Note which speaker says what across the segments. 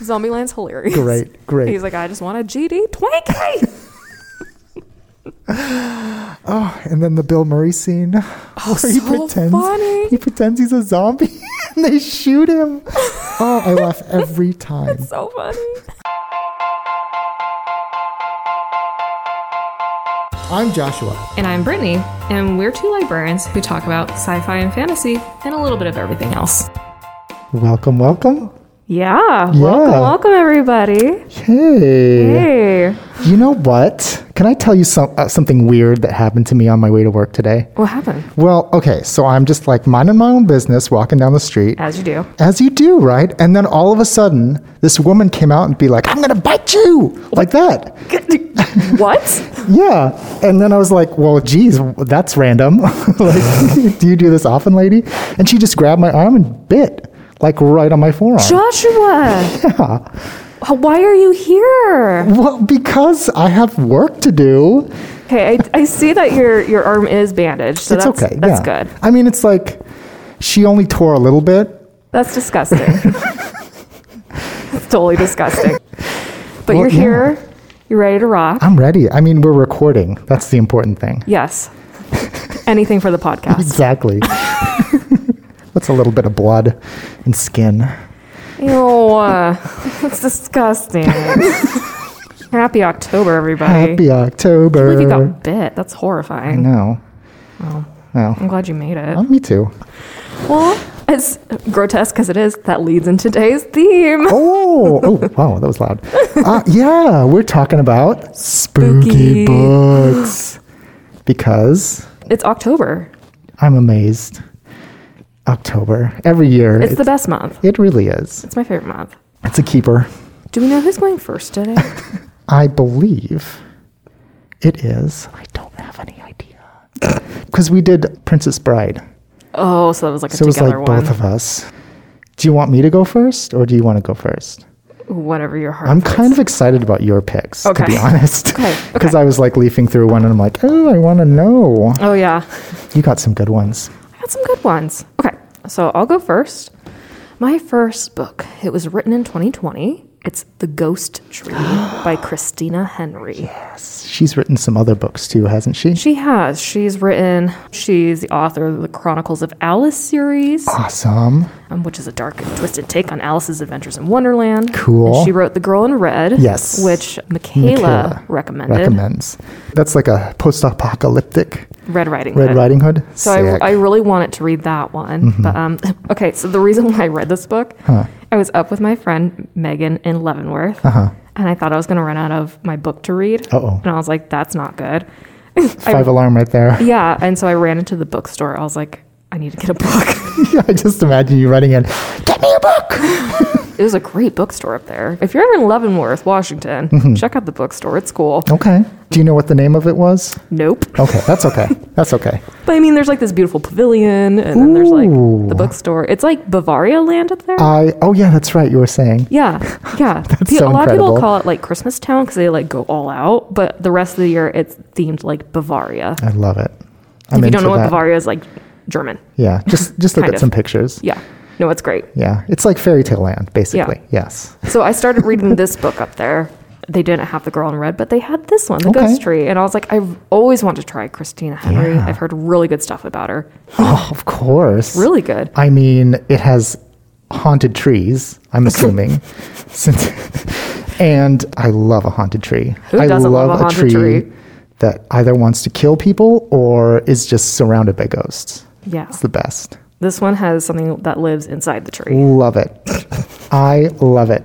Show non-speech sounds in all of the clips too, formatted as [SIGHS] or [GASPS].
Speaker 1: Zombieland's hilarious. [LAUGHS]
Speaker 2: Great, great.
Speaker 1: He's like, I just want a GD Twinkie.
Speaker 2: And then the Bill Murray scene. [LAUGHS] Oh,
Speaker 1: so funny.
Speaker 2: He pretends he's a zombie [LAUGHS] and they
Speaker 1: [LAUGHS]
Speaker 2: shoot him. Oh, I laugh every time.
Speaker 1: so funny.
Speaker 2: I'm Joshua.
Speaker 1: And I'm Brittany, and we're two librarians who talk about sci-fi and fantasy and a little bit of everything else.
Speaker 2: Welcome, welcome.
Speaker 1: Yeah. Welcome,
Speaker 2: Yeah.
Speaker 1: welcome everybody.
Speaker 2: Hey.
Speaker 1: Hey.
Speaker 2: You know what? Can I tell you some, uh, something weird that happened to me on my way to work today?
Speaker 1: What happened?
Speaker 2: Well, okay, so I'm just like minding my own business, walking down the street.
Speaker 1: As you do.
Speaker 2: As you do, right? And then all of a sudden, this woman came out and be like, I'm gonna bite you! Like that. [LAUGHS]
Speaker 1: what?
Speaker 2: Yeah. And then I was like, well, geez, that's random. [LAUGHS] like, do you do this often, lady? And she just grabbed my arm and bit, like right on my forearm.
Speaker 1: Joshua. Wh- Why are you here?
Speaker 2: well, because I have work to do.
Speaker 1: Okay, I, I see that your your arm is bandaged, so
Speaker 2: it's
Speaker 1: that's
Speaker 2: okay.
Speaker 1: that's
Speaker 2: yeah.
Speaker 1: good.
Speaker 2: I mean, it's like she only tore a little bit.
Speaker 1: That's
Speaker 2: [LAUGHS]
Speaker 1: disgusting. it's totally disgusting. But
Speaker 2: Well,
Speaker 1: you're
Speaker 2: yeah.
Speaker 1: here. You're ready to rock.
Speaker 2: I'm ready. I mean, we're recording. That's the important thing.
Speaker 1: yes. Anything for the
Speaker 2: [LAUGHS]
Speaker 1: podcast.
Speaker 2: Exactly. That's a little bit of blood and skin.
Speaker 1: Ew, uh, that's disgusting. Happy October, everybody.
Speaker 2: Happy
Speaker 1: I
Speaker 2: October.
Speaker 1: believe you Oh. got bit. That's horrifying.
Speaker 2: no. No.
Speaker 1: I'm glad you made it.
Speaker 2: Oh, me too.
Speaker 1: Well, as grotesque as it is, that leads into today's theme.
Speaker 2: Oh,
Speaker 1: [LAUGHS]
Speaker 2: oh, wow, that was loud. Uh, yeah, we're talking about spooky,
Speaker 1: Spooky.
Speaker 2: books because
Speaker 1: It's October.
Speaker 2: I'm amazed. October every year,
Speaker 1: It's
Speaker 2: it,
Speaker 1: the best month.
Speaker 2: it really is.
Speaker 1: It's my favorite month.
Speaker 2: It's a keeper,
Speaker 1: Do we know who's going first
Speaker 2: [LAUGHS]
Speaker 1: today?
Speaker 2: I believe. It is. I don't have any idea [COUGHS] because we did Princess Bride,
Speaker 1: Oh, so that was like a
Speaker 2: so it was like
Speaker 1: together one.
Speaker 2: both of us. Do you want me to go first, or do you want to go first?
Speaker 1: Whatever your heart.
Speaker 2: I'm kind of excited about your picks, to
Speaker 1: Okay.
Speaker 2: be honest. [LAUGHS]
Speaker 1: Okay,
Speaker 2: Because
Speaker 1: okay.
Speaker 2: I was like leafing through one and I'm like, oh, I want to know.
Speaker 1: Oh yeah,
Speaker 2: You got some good ones.
Speaker 1: I got some good ones. Okay, so I'll go first. My first book. It was written in 2020. It's The Ghost
Speaker 2: [GASPS]
Speaker 1: Tree by Christina Henry.
Speaker 2: She's written some other books too, hasn't she?
Speaker 1: She has. She's written. She's the author of the Chronicles of Alice series,
Speaker 2: Awesome.
Speaker 1: um, which is a dark and twisted take on Alice's adventures in Wonderland.
Speaker 2: Cool.
Speaker 1: And she wrote The Girl in Red.
Speaker 2: Yes.
Speaker 1: Which Michaela,
Speaker 2: Michaela
Speaker 1: recommended.
Speaker 2: Recommends. That's like a post apocalyptic
Speaker 1: Red Riding
Speaker 2: Red
Speaker 1: Hood.
Speaker 2: Riding Hood.
Speaker 1: So
Speaker 2: Sick. Mm-hmm.
Speaker 1: I, I really wanted to read that one. But um, [LAUGHS] okay, so the reason [LAUGHS] why I read this book, I was up with my friend Megan in Leavenworth, and I thought I was going to run out of my book to read.
Speaker 2: Uh-huh. Uh-oh.
Speaker 1: And I was like, that's not good.
Speaker 2: Oh.
Speaker 1: [LAUGHS]
Speaker 2: Five alarm right there. [LAUGHS]
Speaker 1: Yeah, and so I ran into the bookstore. I was like, I need to get a book. [LAUGHS]
Speaker 2: I just imagine you running in, get me a book.
Speaker 1: it was a great bookstore up there. If you're ever in Leavenworth, Washington,
Speaker 2: Mm-hmm.
Speaker 1: check out the bookstore. It's cool.
Speaker 2: Okay. Do you know what the name of it was?
Speaker 1: Nope.
Speaker 2: Okay, that's okay. That's okay.
Speaker 1: But I mean, there's like this beautiful pavilion, and then there's like
Speaker 2: Ooh.
Speaker 1: the bookstore. It's like Bavaria land up there.
Speaker 2: I, oh yeah, that's right. You were saying. [LAUGHS]
Speaker 1: Yeah, yeah. Pe-
Speaker 2: so
Speaker 1: a lot of
Speaker 2: incredible.
Speaker 1: people call it like Christmas Town because they like go all out, but the rest of the year it's themed like Bavaria.
Speaker 2: I love it. I'm
Speaker 1: if you
Speaker 2: in
Speaker 1: don't
Speaker 2: for
Speaker 1: know what
Speaker 2: that.
Speaker 1: Bavaria is, like German.
Speaker 2: Yeah, just just look
Speaker 1: Kind
Speaker 2: at
Speaker 1: of.
Speaker 2: some pictures.
Speaker 1: Yeah, no, it's great.
Speaker 2: Yeah, it's like fairy tale land, basically. Yes.
Speaker 1: So I started reading this book up there. They didn't have the girl in red, but they had this one, The
Speaker 2: Okay.
Speaker 1: Ghost Tree, and I was like, I've always wanted to try Christina Henry.
Speaker 2: Yeah.
Speaker 1: I've heard really good stuff about her.
Speaker 2: Oh, of course.
Speaker 1: Really good.
Speaker 2: I mean, it has haunted trees.
Speaker 1: [LAUGHS]
Speaker 2: I'm assuming, since and I love a haunted tree.
Speaker 1: Who
Speaker 2: I
Speaker 1: doesn't love a haunted tree?
Speaker 2: that either wants to kill people or is just surrounded by ghosts.
Speaker 1: Yeah.
Speaker 2: It's the best.
Speaker 1: This one has something that lives inside the tree.
Speaker 2: Love it. I love it.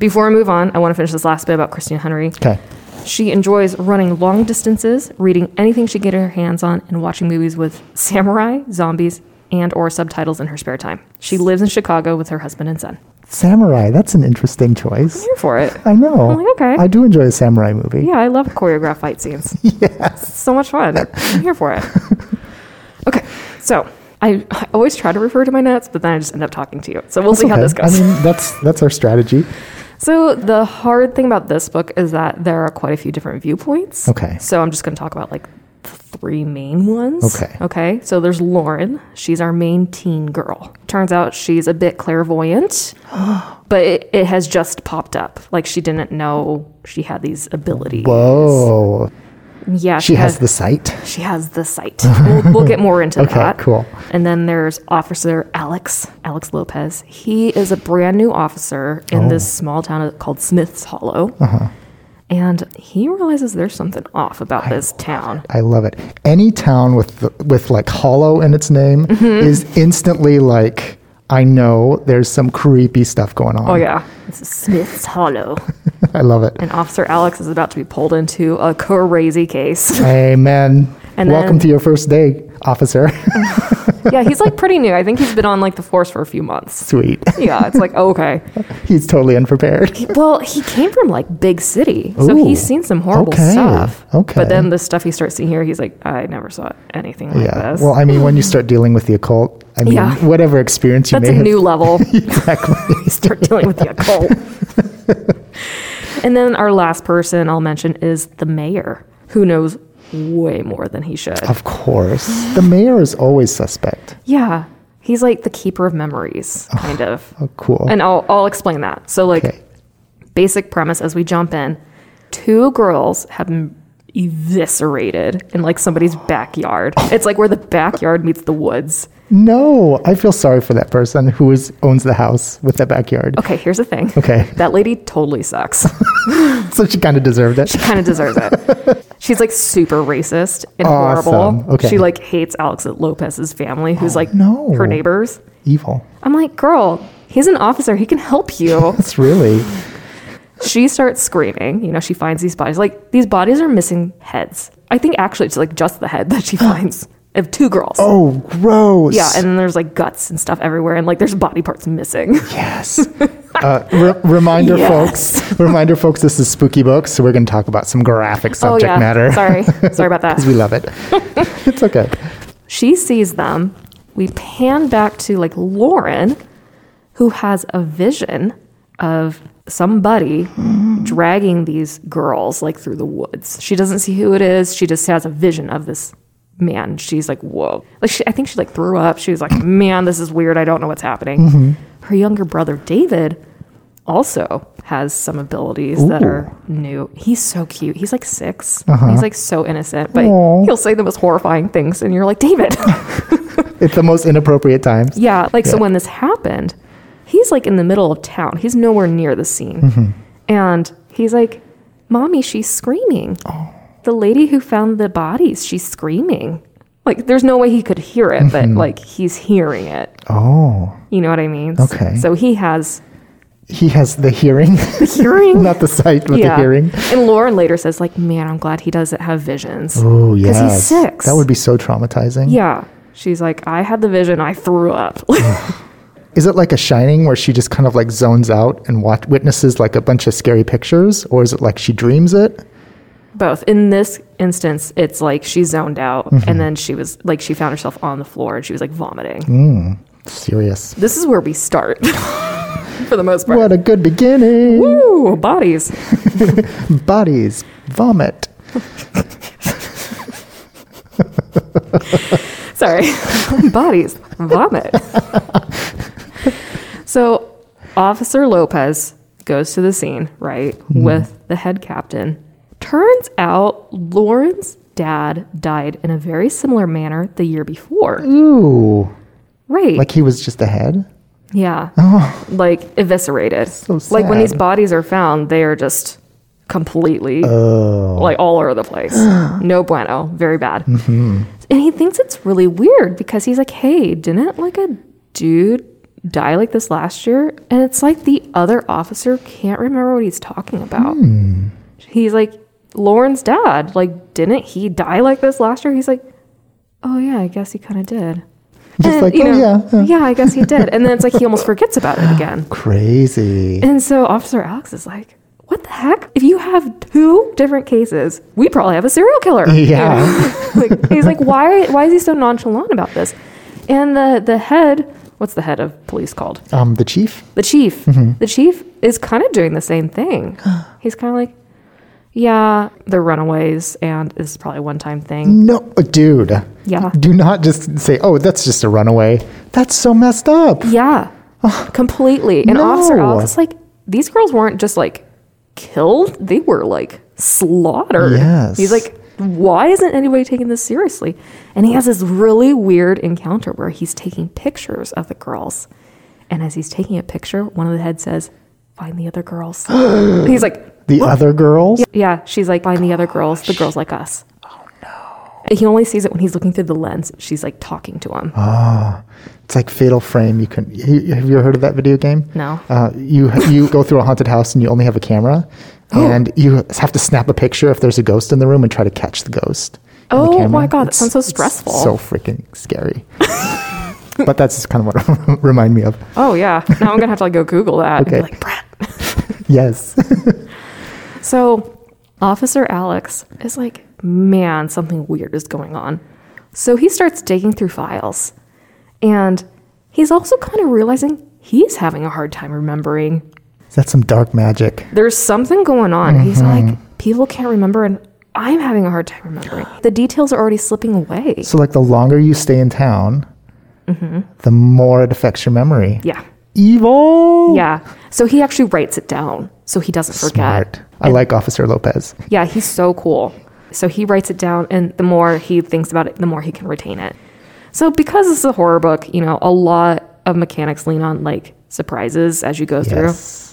Speaker 1: Before I move on, I want to finish this last bit about Christina Henry.
Speaker 2: Okay.
Speaker 1: She enjoys running long distances, reading anything she can get her hands on, and watching movies with samurai, zombies, and or subtitles in her spare time. She lives in Chicago with her husband and son.
Speaker 2: Samurai. That's an interesting choice.
Speaker 1: Here for
Speaker 2: [LAUGHS]
Speaker 1: it.
Speaker 2: I know.
Speaker 1: I'm like, [LAUGHS] okay.
Speaker 2: I do enjoy a samurai movie.
Speaker 1: Yeah, I love choreographed fight scenes. Yes. So much fun. I'm here
Speaker 2: [LAUGHS]
Speaker 1: for it. Okay. So I, I always try to refer to my notes, but then I just end up talking to you. So we'll see how
Speaker 2: Okay.
Speaker 1: this goes.
Speaker 2: I mean, that's that's our strategy.
Speaker 1: So the hard thing about this book is that there are quite a few different viewpoints.
Speaker 2: Okay.
Speaker 1: So I'm just going to talk about like three main ones.
Speaker 2: Okay.
Speaker 1: Okay. So there's Lauren. She's our main teen girl. Turns out she's a bit
Speaker 2: [GASPS]
Speaker 1: clairvoyant, but it, it has just popped up. Like she didn't know she had these abilities.
Speaker 2: Whoa.
Speaker 1: Yeah.
Speaker 2: She has the sight.
Speaker 1: She has the sight. We'll, we'll get more into
Speaker 2: [LAUGHS] Okay,
Speaker 1: that.
Speaker 2: cool.
Speaker 1: And then there's Officer Alex, Alex Lopez. He is a brand new officer in
Speaker 2: Oh.
Speaker 1: this small town called Smith's Hollow.
Speaker 2: Uh-huh.
Speaker 1: And he realizes there's something off about this town.
Speaker 2: I love it. Any town with the, with like hollow in its name
Speaker 1: Mm-hmm.
Speaker 2: is instantly like I know there's some creepy stuff going on.
Speaker 1: Oh, yeah. This is Smith's Hollow.
Speaker 2: [LAUGHS] I love it.
Speaker 1: And Officer Alex is about to be pulled into a crazy case. [LAUGHS]
Speaker 2: Amen.
Speaker 1: And
Speaker 2: Welcome
Speaker 1: then-
Speaker 2: to your first day, officer. [LAUGHS]
Speaker 1: yeah, he's like pretty new. I think he's been on like the force for a few months.
Speaker 2: Sweet.
Speaker 1: Yeah, it's like, [LAUGHS] okay.
Speaker 2: He's totally unprepared.
Speaker 1: Well, he came from like big city, so
Speaker 2: Ooh.
Speaker 1: he's seen some horrible
Speaker 2: Okay,
Speaker 1: stuff.
Speaker 2: okay.
Speaker 1: But then the stuff he starts seeing here, he's like, I never saw anything like
Speaker 2: Yeah.
Speaker 1: this.
Speaker 2: Well, I mean, when you start dealing with the occult, I mean,
Speaker 1: Yeah.
Speaker 2: whatever experience you
Speaker 1: That's a
Speaker 2: may
Speaker 1: new level. [LAUGHS]
Speaker 2: have. [LAUGHS] exactly.
Speaker 1: Start dealing with the
Speaker 2: [LAUGHS]
Speaker 1: occult. and then our last person I'll mention is the mayor, who knows way more than he should.
Speaker 2: of course. The mayor is always suspect.
Speaker 1: Yeah. He's like the keeper of memories, kind of.
Speaker 2: Oh, cool.
Speaker 1: And I'll, I'll explain that. So, like,
Speaker 2: Okay.
Speaker 1: basic premise as we jump in two girls have been eviscerated in like somebody's backyard. It's like where the backyard meets the woods.
Speaker 2: No, I feel sorry for that person who is, owns the house with the backyard.
Speaker 1: Okay, here's the thing.
Speaker 2: Okay. [LAUGHS]
Speaker 1: That lady totally sucks.
Speaker 2: So she kind of deserved it.
Speaker 1: She kind of deserves it. She's like super racist and
Speaker 2: Awesome.
Speaker 1: horrible.
Speaker 2: Okay. Oh,
Speaker 1: She like hates Alex Lopez's family, who's like
Speaker 2: no.
Speaker 1: her neighbors.
Speaker 2: Evil.
Speaker 1: I'm like, girl, he's an officer. He can help you.
Speaker 2: That's really
Speaker 1: she starts screaming. You know, she finds these bodies. Like these bodies are missing heads. I think actually it's like just the head that she finds of two girls.
Speaker 2: oh gross.
Speaker 1: Yeah, and then there's like guts and stuff everywhere, and like there's body parts
Speaker 2: [LAUGHS]
Speaker 1: missing. [LAUGHS]
Speaker 2: yes. Uh, re- reminder,
Speaker 1: Yes.
Speaker 2: folks. Reminder, folks. This is spooky books, so we're going to talk about some graphic subject matter.
Speaker 1: Oh, Sorry, sorry about that.
Speaker 2: [LAUGHS] we
Speaker 1: [LAUGHS]
Speaker 2: love it. it's okay.
Speaker 1: She sees them. We pan back to like Lauren, who has a vision of somebody dragging these girls like through the woods. She doesn't see who it is. She just has a vision of this man. She's like, whoa. Like she, I think she like threw up. She was like, man, this is weird. I don't know what's happening.
Speaker 2: Mm-hmm.
Speaker 1: Her younger brother David also has some abilities that
Speaker 2: Ooh. Uh-huh.
Speaker 1: are new. He's so cute. He's like 6 He's like so innocent, but
Speaker 2: Aw.
Speaker 1: he'll say the most horrifying things, and you're like, David.
Speaker 2: It's the most inappropriate times.
Speaker 1: Yeah, like so
Speaker 2: Yeah.
Speaker 1: when this happened, he's like in the middle of town. He's nowhere near the scene.
Speaker 2: Mm-hmm.
Speaker 1: And he's like, "Mommy, she's screaming.
Speaker 2: Oh.
Speaker 1: The lady who found the bodies, she's screaming." Like there's no way he could hear it, but
Speaker 2: Mm-hmm.
Speaker 1: like he's hearing it.
Speaker 2: Oh,
Speaker 1: You know what I mean?
Speaker 2: Okay.
Speaker 1: So he has
Speaker 2: he has the hearing, [LAUGHS]
Speaker 1: the hearing.
Speaker 2: not the sight, but the hearing.
Speaker 1: And Lauren later says like, "Man, I'm glad he doesn't have visions."
Speaker 2: Oh, yes.
Speaker 1: Because he's six.
Speaker 2: That would be so traumatizing.
Speaker 1: Yeah. She's like, "I had the vision. I threw up." [LAUGHS]
Speaker 2: Mm-hmm. Is it like a shining where she just kind of like zones out and wat witnesses like a bunch of scary pictures, or is it like she dreams it?
Speaker 1: both in this instance it's like she zoned out
Speaker 2: Mm-hmm.
Speaker 1: and then she was like she found herself on the floor and she was like vomiting
Speaker 2: Mm-hmm. Serious.
Speaker 1: this is where we start [LAUGHS] for the most part
Speaker 2: What a good beginning.
Speaker 1: Ooh, bodies
Speaker 2: Bodies vomit. [LAUGHS]
Speaker 1: sorry bodies vomit so officer lopez goes to the scene right
Speaker 2: Mm-hmm.
Speaker 1: with the head captain turns out lauren's dad died in a very similar manner the year before
Speaker 2: Mm. Ooh,
Speaker 1: right
Speaker 2: like he was just a head.
Speaker 1: Yeah. Like eviscerated. Like when
Speaker 2: sad.
Speaker 1: these bodies are found, they are just completely like all over the place. no bueno. Very bad. And he thinks it's really weird because he's like, hey, didn't like a dude die like this last year? And it's like the other officer can't remember what he's talking about. He's like, Lauren's dad, like, didn't he die like this last year? He's like, oh yeah, I guess he kind of did.
Speaker 2: Just
Speaker 1: And,
Speaker 2: like,
Speaker 1: you
Speaker 2: oh,
Speaker 1: know,
Speaker 2: yeah, yeah.
Speaker 1: yeah, I guess he did. And then it's like
Speaker 2: [LAUGHS]
Speaker 1: he almost forgets about it again.
Speaker 2: Crazy.
Speaker 1: And so Officer Alex is like, what the heck? If you have two different cases, we probably have a serial killer. You
Speaker 2: [LAUGHS] Yeah.
Speaker 1: know? [LAUGHS] like, he's like, why, why is he so nonchalant about this? And the, the head, what's the head of police called?
Speaker 2: Um, the chief. Mm-hmm. [GASPS]
Speaker 1: The chief. The chief is kind of doing the same thing. He's kind of like, Yeah, they're runaways, and this is probably a one time thing.
Speaker 2: No, dude.
Speaker 1: Yeah.
Speaker 2: Do not just say, "Oh, that's just a runaway." That's so messed up.
Speaker 1: Yeah, completely. And Officer
Speaker 2: no.
Speaker 1: Alex is like, these girls weren't just like killed, they were like slaughtered.
Speaker 2: Yes.
Speaker 1: He's like, why isn't anybody taking this seriously? And he has this really weird encounter where he's taking pictures of the girls. And as he's taking a picture, one of the heads says, Find the other
Speaker 2: [GASPS]
Speaker 1: girls. And he's like,
Speaker 2: The other girls.
Speaker 1: Yeah, she's like, find the other girls, the girls like us. Oh no. He only sees it when he's looking through the lens. She's like talking to him.
Speaker 2: It's like Fatal Frame. You can. you- Have you ever heard of that video game?
Speaker 1: No.
Speaker 2: Uh, you you go through a haunted house and you only have
Speaker 1: [GASPS]
Speaker 2: a camera,
Speaker 1: Oh.
Speaker 2: and you have to snap a picture if there's a ghost in the room and try to catch the ghost. in the
Speaker 1: Oh my
Speaker 2: camera.
Speaker 1: God, that sounds so
Speaker 2: it's
Speaker 1: stressful.
Speaker 2: So freaking scary. [LAUGHS] but that's just kind of what [LAUGHS] it remind me of.
Speaker 1: Oh yeah. Now I'm gonna have to like go Google that. And be
Speaker 2: Okay.
Speaker 1: like, Brett. [LAUGHS]
Speaker 2: Yes.
Speaker 1: So Officer Alex is like, man, something weird is going on. So he starts digging through files. And he's also kind of realizing he's having a hard time remembering
Speaker 2: that's some dark magic.
Speaker 1: there's something going on. He's like, people can't remember, and I'm having a hard time remembering. The details are already slipping away.
Speaker 2: So, like, the longer you stay in town,
Speaker 1: Mm-hmm.
Speaker 2: the more it affects your memory.
Speaker 1: Yeah.
Speaker 2: Evil.
Speaker 1: Yeah. So he actually writes it down so he doesn't forget.
Speaker 2: Smart. I like Officer Lopez.
Speaker 1: Yeah, he's so cool. So he writes it down, and the more he thinks about it, the more he can retain it. So because this is a horror book, you know, a lot of mechanics lean on like surprises as you go
Speaker 2: Yes.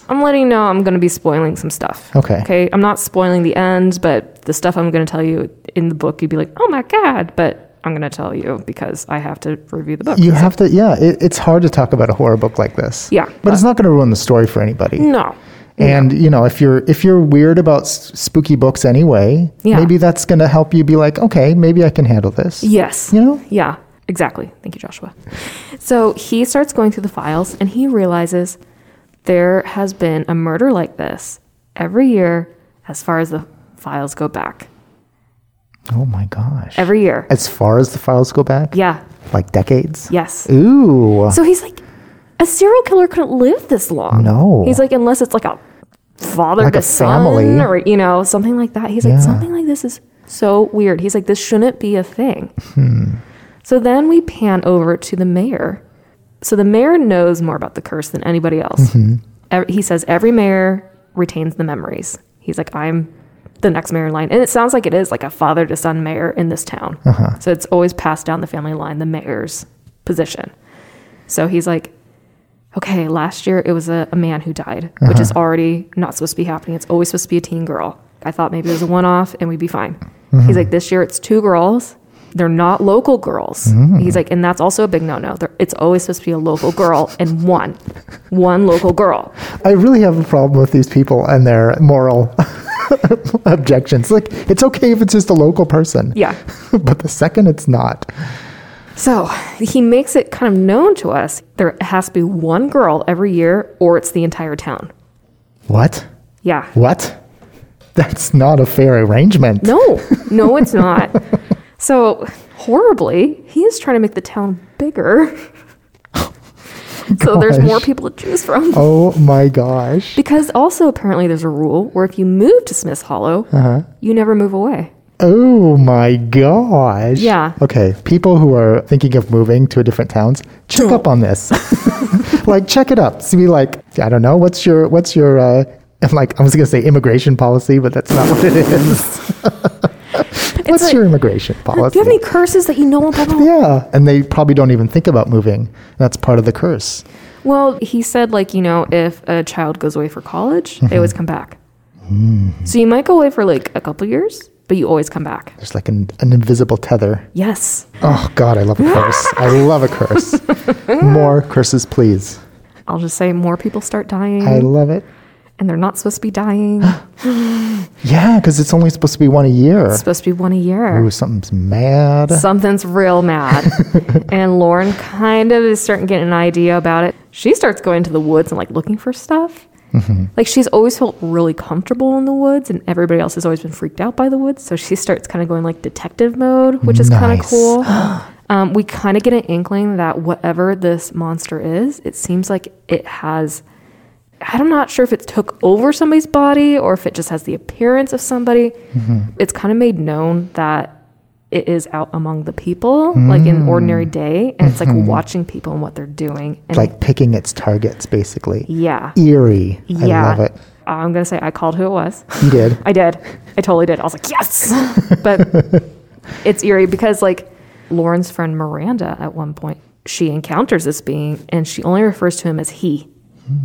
Speaker 1: through. I'm letting you know I'm going to be spoiling some stuff.
Speaker 2: Okay.
Speaker 1: Okay. I'm not spoiling the end, but the stuff I'm going to tell you in the book, you'd be like, oh my God. But I'm going to tell you because I have to review the book.
Speaker 2: You have to, yeah, it, it's hard to talk about a horror book like this.
Speaker 1: Yeah, Mm.
Speaker 2: But, it's not going to ruin the story for anybody.
Speaker 1: no.
Speaker 2: And you know, if you're if you're weird about s- spooky books anyway,
Speaker 1: Yeah.
Speaker 2: maybe that's going to help you be like, okay, maybe I can handle this.
Speaker 1: Yes.
Speaker 2: You know?
Speaker 1: Yeah, exactly. Thank you, Joshua. So he starts going through the files and he realizes there has been a murder like this every year as far as the files go back.
Speaker 2: Oh my gosh!
Speaker 1: Every year.
Speaker 2: As far as the files go back,
Speaker 1: Yeah.
Speaker 2: like decades.
Speaker 1: Yes.
Speaker 2: Ooh,
Speaker 1: So he's like, a serial killer couldn't live this long.
Speaker 2: No.
Speaker 1: He's like, unless it's like a father
Speaker 2: Oh. Like
Speaker 1: to
Speaker 2: a
Speaker 1: son
Speaker 2: family.
Speaker 1: or, you know, something like that. He's
Speaker 2: Yeah.
Speaker 1: like, something like this is so weird. He's like, this shouldn't be a thing.
Speaker 2: Hmm.
Speaker 1: So then we pan over to the mayor. So the mayor knows more about the curse than anybody else.
Speaker 2: Mm-hmm.
Speaker 1: Ev- He says every mayor retains the memories. He's like, I'm the next mayor in line. And it sounds like it is like a father to son mayor in this town.
Speaker 2: Uh-huh.
Speaker 1: So it's always passed down the family line, the mayor's position. So he's like, okay, last year it was a, a man who died, which is already not supposed to be happening. It's always supposed to be a teen girl. I thought maybe it was a one off and we'd be fine. He's like, this year it's two girls. They're not local girls. He's like, and that's also a big no no. It's always supposed to be a local girl and one, one local girl.
Speaker 2: I really have a problem with these people and their moral [LAUGHS] objections. Like, it's okay if it's just a local person.
Speaker 1: Yeah.
Speaker 2: [LAUGHS] but the second it's not,
Speaker 1: So he makes it kind of known to us there has to be one girl every year or it's the entire town.
Speaker 2: what?
Speaker 1: Yeah.
Speaker 2: What? That's not a fair arrangement.
Speaker 1: No, no, it's not. so horribly, he is trying to make the town bigger. so there's
Speaker 2: Gosh.
Speaker 1: more people to choose from.
Speaker 2: Oh my gosh.
Speaker 1: Because also apparently there's a rule where if you move to Smith's Hollow,
Speaker 2: Uh-huh.
Speaker 1: you never move away.
Speaker 2: Oh my gosh.
Speaker 1: Yeah.
Speaker 2: Okay. People who are thinking of moving to a different towns, check up on this. [LAUGHS] like, check it up. See, like, I don't know. What's your, what's your, uh, I'm like, I was going to say immigration policy, but that's not what
Speaker 1: [LAUGHS]
Speaker 2: it is. what's
Speaker 1: like-
Speaker 2: your immigration policy?
Speaker 1: Do you have any curses that you know about?
Speaker 2: yeah. And they probably don't even think about moving. That's part of the curse.
Speaker 1: Well, he said like, you know, if a child goes away for college, they
Speaker 2: Mm-hmm.
Speaker 1: always come back.
Speaker 2: Mm.
Speaker 1: So you might go away for like a couple years, but you always come back.
Speaker 2: There's like an, an invisible tether.
Speaker 1: Yes.
Speaker 2: Oh God, I love a curse. [LAUGHS] I love a curse. More curses, please. Mm-hmm.
Speaker 1: I'll just say more people start dying
Speaker 2: I love it.
Speaker 1: and they're not supposed to be dying.
Speaker 2: Yeah, because it's only supposed to be one a year.
Speaker 1: It's supposed to be one a year.
Speaker 2: Ooh, something's mad.
Speaker 1: Something's real mad. and Lauren kind of is starting to get an idea about it. She starts going to the woods and like looking for stuff. Like she's always felt really comfortable in the woods, and everybody else has always been freaked out by the woods. So she starts kind of going like detective mode, which is kind of
Speaker 2: Nice.
Speaker 1: cool. [GASPS] Um, we kind of get an inkling that whatever this monster is, it seems like it has I'm not sure if it took over somebody's body or if it just has the appearance of somebody.
Speaker 2: Mm-hmm.
Speaker 1: It's kind of made known that it is out among the people, like
Speaker 2: Mm.
Speaker 1: in ordinary day, and it's like watching people and what they're doing. And
Speaker 2: Mm-hmm. like picking its targets, basically.
Speaker 1: yeah,
Speaker 2: Eerie.
Speaker 1: yeah.
Speaker 2: I love it.
Speaker 1: I'm gonna say I called who it was.
Speaker 2: You did.
Speaker 1: I did. I totally did. I was like, yes. But it's eerie because like Lauren's friend Miranda at one point, she encounters this being and she only refers to him as he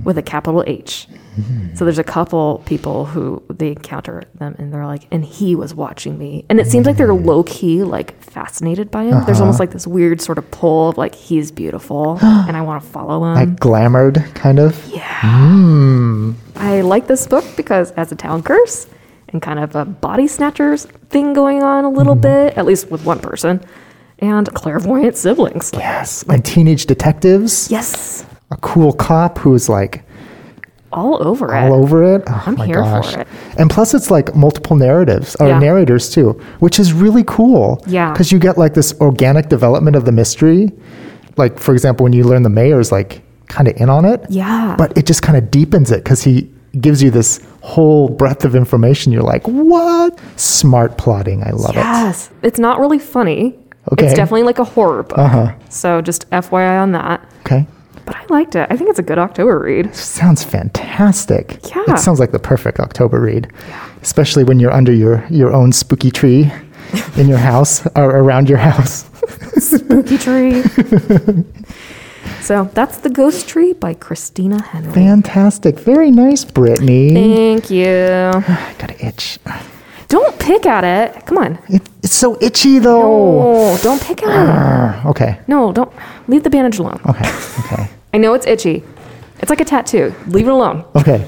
Speaker 1: with a capital H. So there's a couple people who they encounter them and they're like, and he was watching me. And it seems like they're low key, like fascinated by him. There's almost like this weird sort of pull of like, he's beautiful and I want to follow him.
Speaker 2: Like glamored, kind of.
Speaker 1: Yeah. I like this book because as a town curse and kind of a body snatchers thing going on a little bit, at least with one person, and clairvoyant siblings.
Speaker 2: Yes. And teenage detectives.
Speaker 1: Yes.
Speaker 2: A cool cop who's like
Speaker 1: All over it.
Speaker 2: all over it. Oh
Speaker 1: I'm
Speaker 2: my
Speaker 1: here for
Speaker 2: gosh.
Speaker 1: it.
Speaker 2: And plus, it's like multiple narratives or
Speaker 1: Yeah.
Speaker 2: narrators too, which is really cool.
Speaker 1: Yeah.
Speaker 2: Because you get like this organic development of the mystery. Like, for example, when you learn the mayor's like kind of in on it.
Speaker 1: Yeah.
Speaker 2: But it just kind of deepens it because he gives you this whole breadth of information. You're like, what? Smart plotting. I love it.
Speaker 1: yes. It's not really funny.
Speaker 2: Okay.
Speaker 1: It's definitely like a horror book. So just FYI on that.
Speaker 2: Okay.
Speaker 1: But I liked it. I think it's a good October read.
Speaker 2: Sounds fantastic.
Speaker 1: Yeah.
Speaker 2: It sounds like the perfect October read, especially when you're under your, your own spooky tree in your house or around your
Speaker 1: [LAUGHS]
Speaker 2: house.
Speaker 1: Spooky tree. so that's The Ghost Tree by Christina Henry.
Speaker 2: Fantastic. Very nice, Brittany.
Speaker 1: Thank you.
Speaker 2: I got an itch.
Speaker 1: Don't pick at it. Come on.
Speaker 2: It, it's so itchy, though.
Speaker 1: No, Oh, don't pick at it.
Speaker 2: Arr, Okay.
Speaker 1: No, don't. Leave the bandage alone.
Speaker 2: Okay. Okay.
Speaker 1: I know it's itchy. It's like a tattoo. Leave it alone.
Speaker 2: Okay.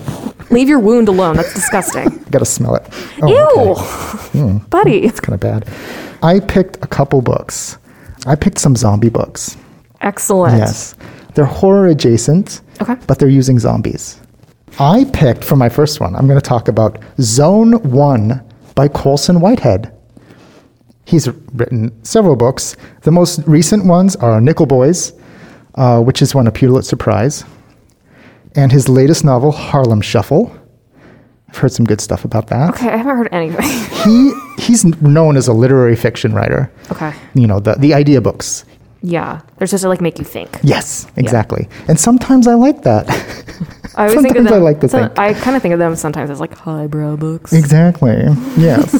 Speaker 1: Leave your wound alone. That's disgusting.
Speaker 2: Gotta smell it. [LAUGHS] Oh,
Speaker 1: Ew.
Speaker 2: okay. Hmm.
Speaker 1: Buddy.
Speaker 2: It's kind of bad. I picked a couple books. I picked some zombie books.
Speaker 1: Excellent.
Speaker 2: Yes. They're horror adjacent,
Speaker 1: Okay.
Speaker 2: but they're using zombies. I picked for my first one, I'm going to talk about Zone One by Colson Whitehead. He's written several books. The most recent ones are Nickel Boys, uh, which has won a Pulitzer Prize, and his latest novel, Harlem Shuffle. I've heard some good stuff about that.
Speaker 1: Okay, I haven't heard anything.
Speaker 2: He, he's known as a literary fiction writer.
Speaker 1: [LAUGHS] okay.
Speaker 2: You know, the, the idea books.
Speaker 1: Yeah. They're supposed to like make you think.
Speaker 2: Yes, exactly. And sometimes I like that. [LAUGHS]
Speaker 1: I always think of
Speaker 2: sometimes
Speaker 1: them.
Speaker 2: I like to
Speaker 1: so-
Speaker 2: think.
Speaker 1: I kind of think of them sometimes as like highbrow books.
Speaker 2: exactly. Yes.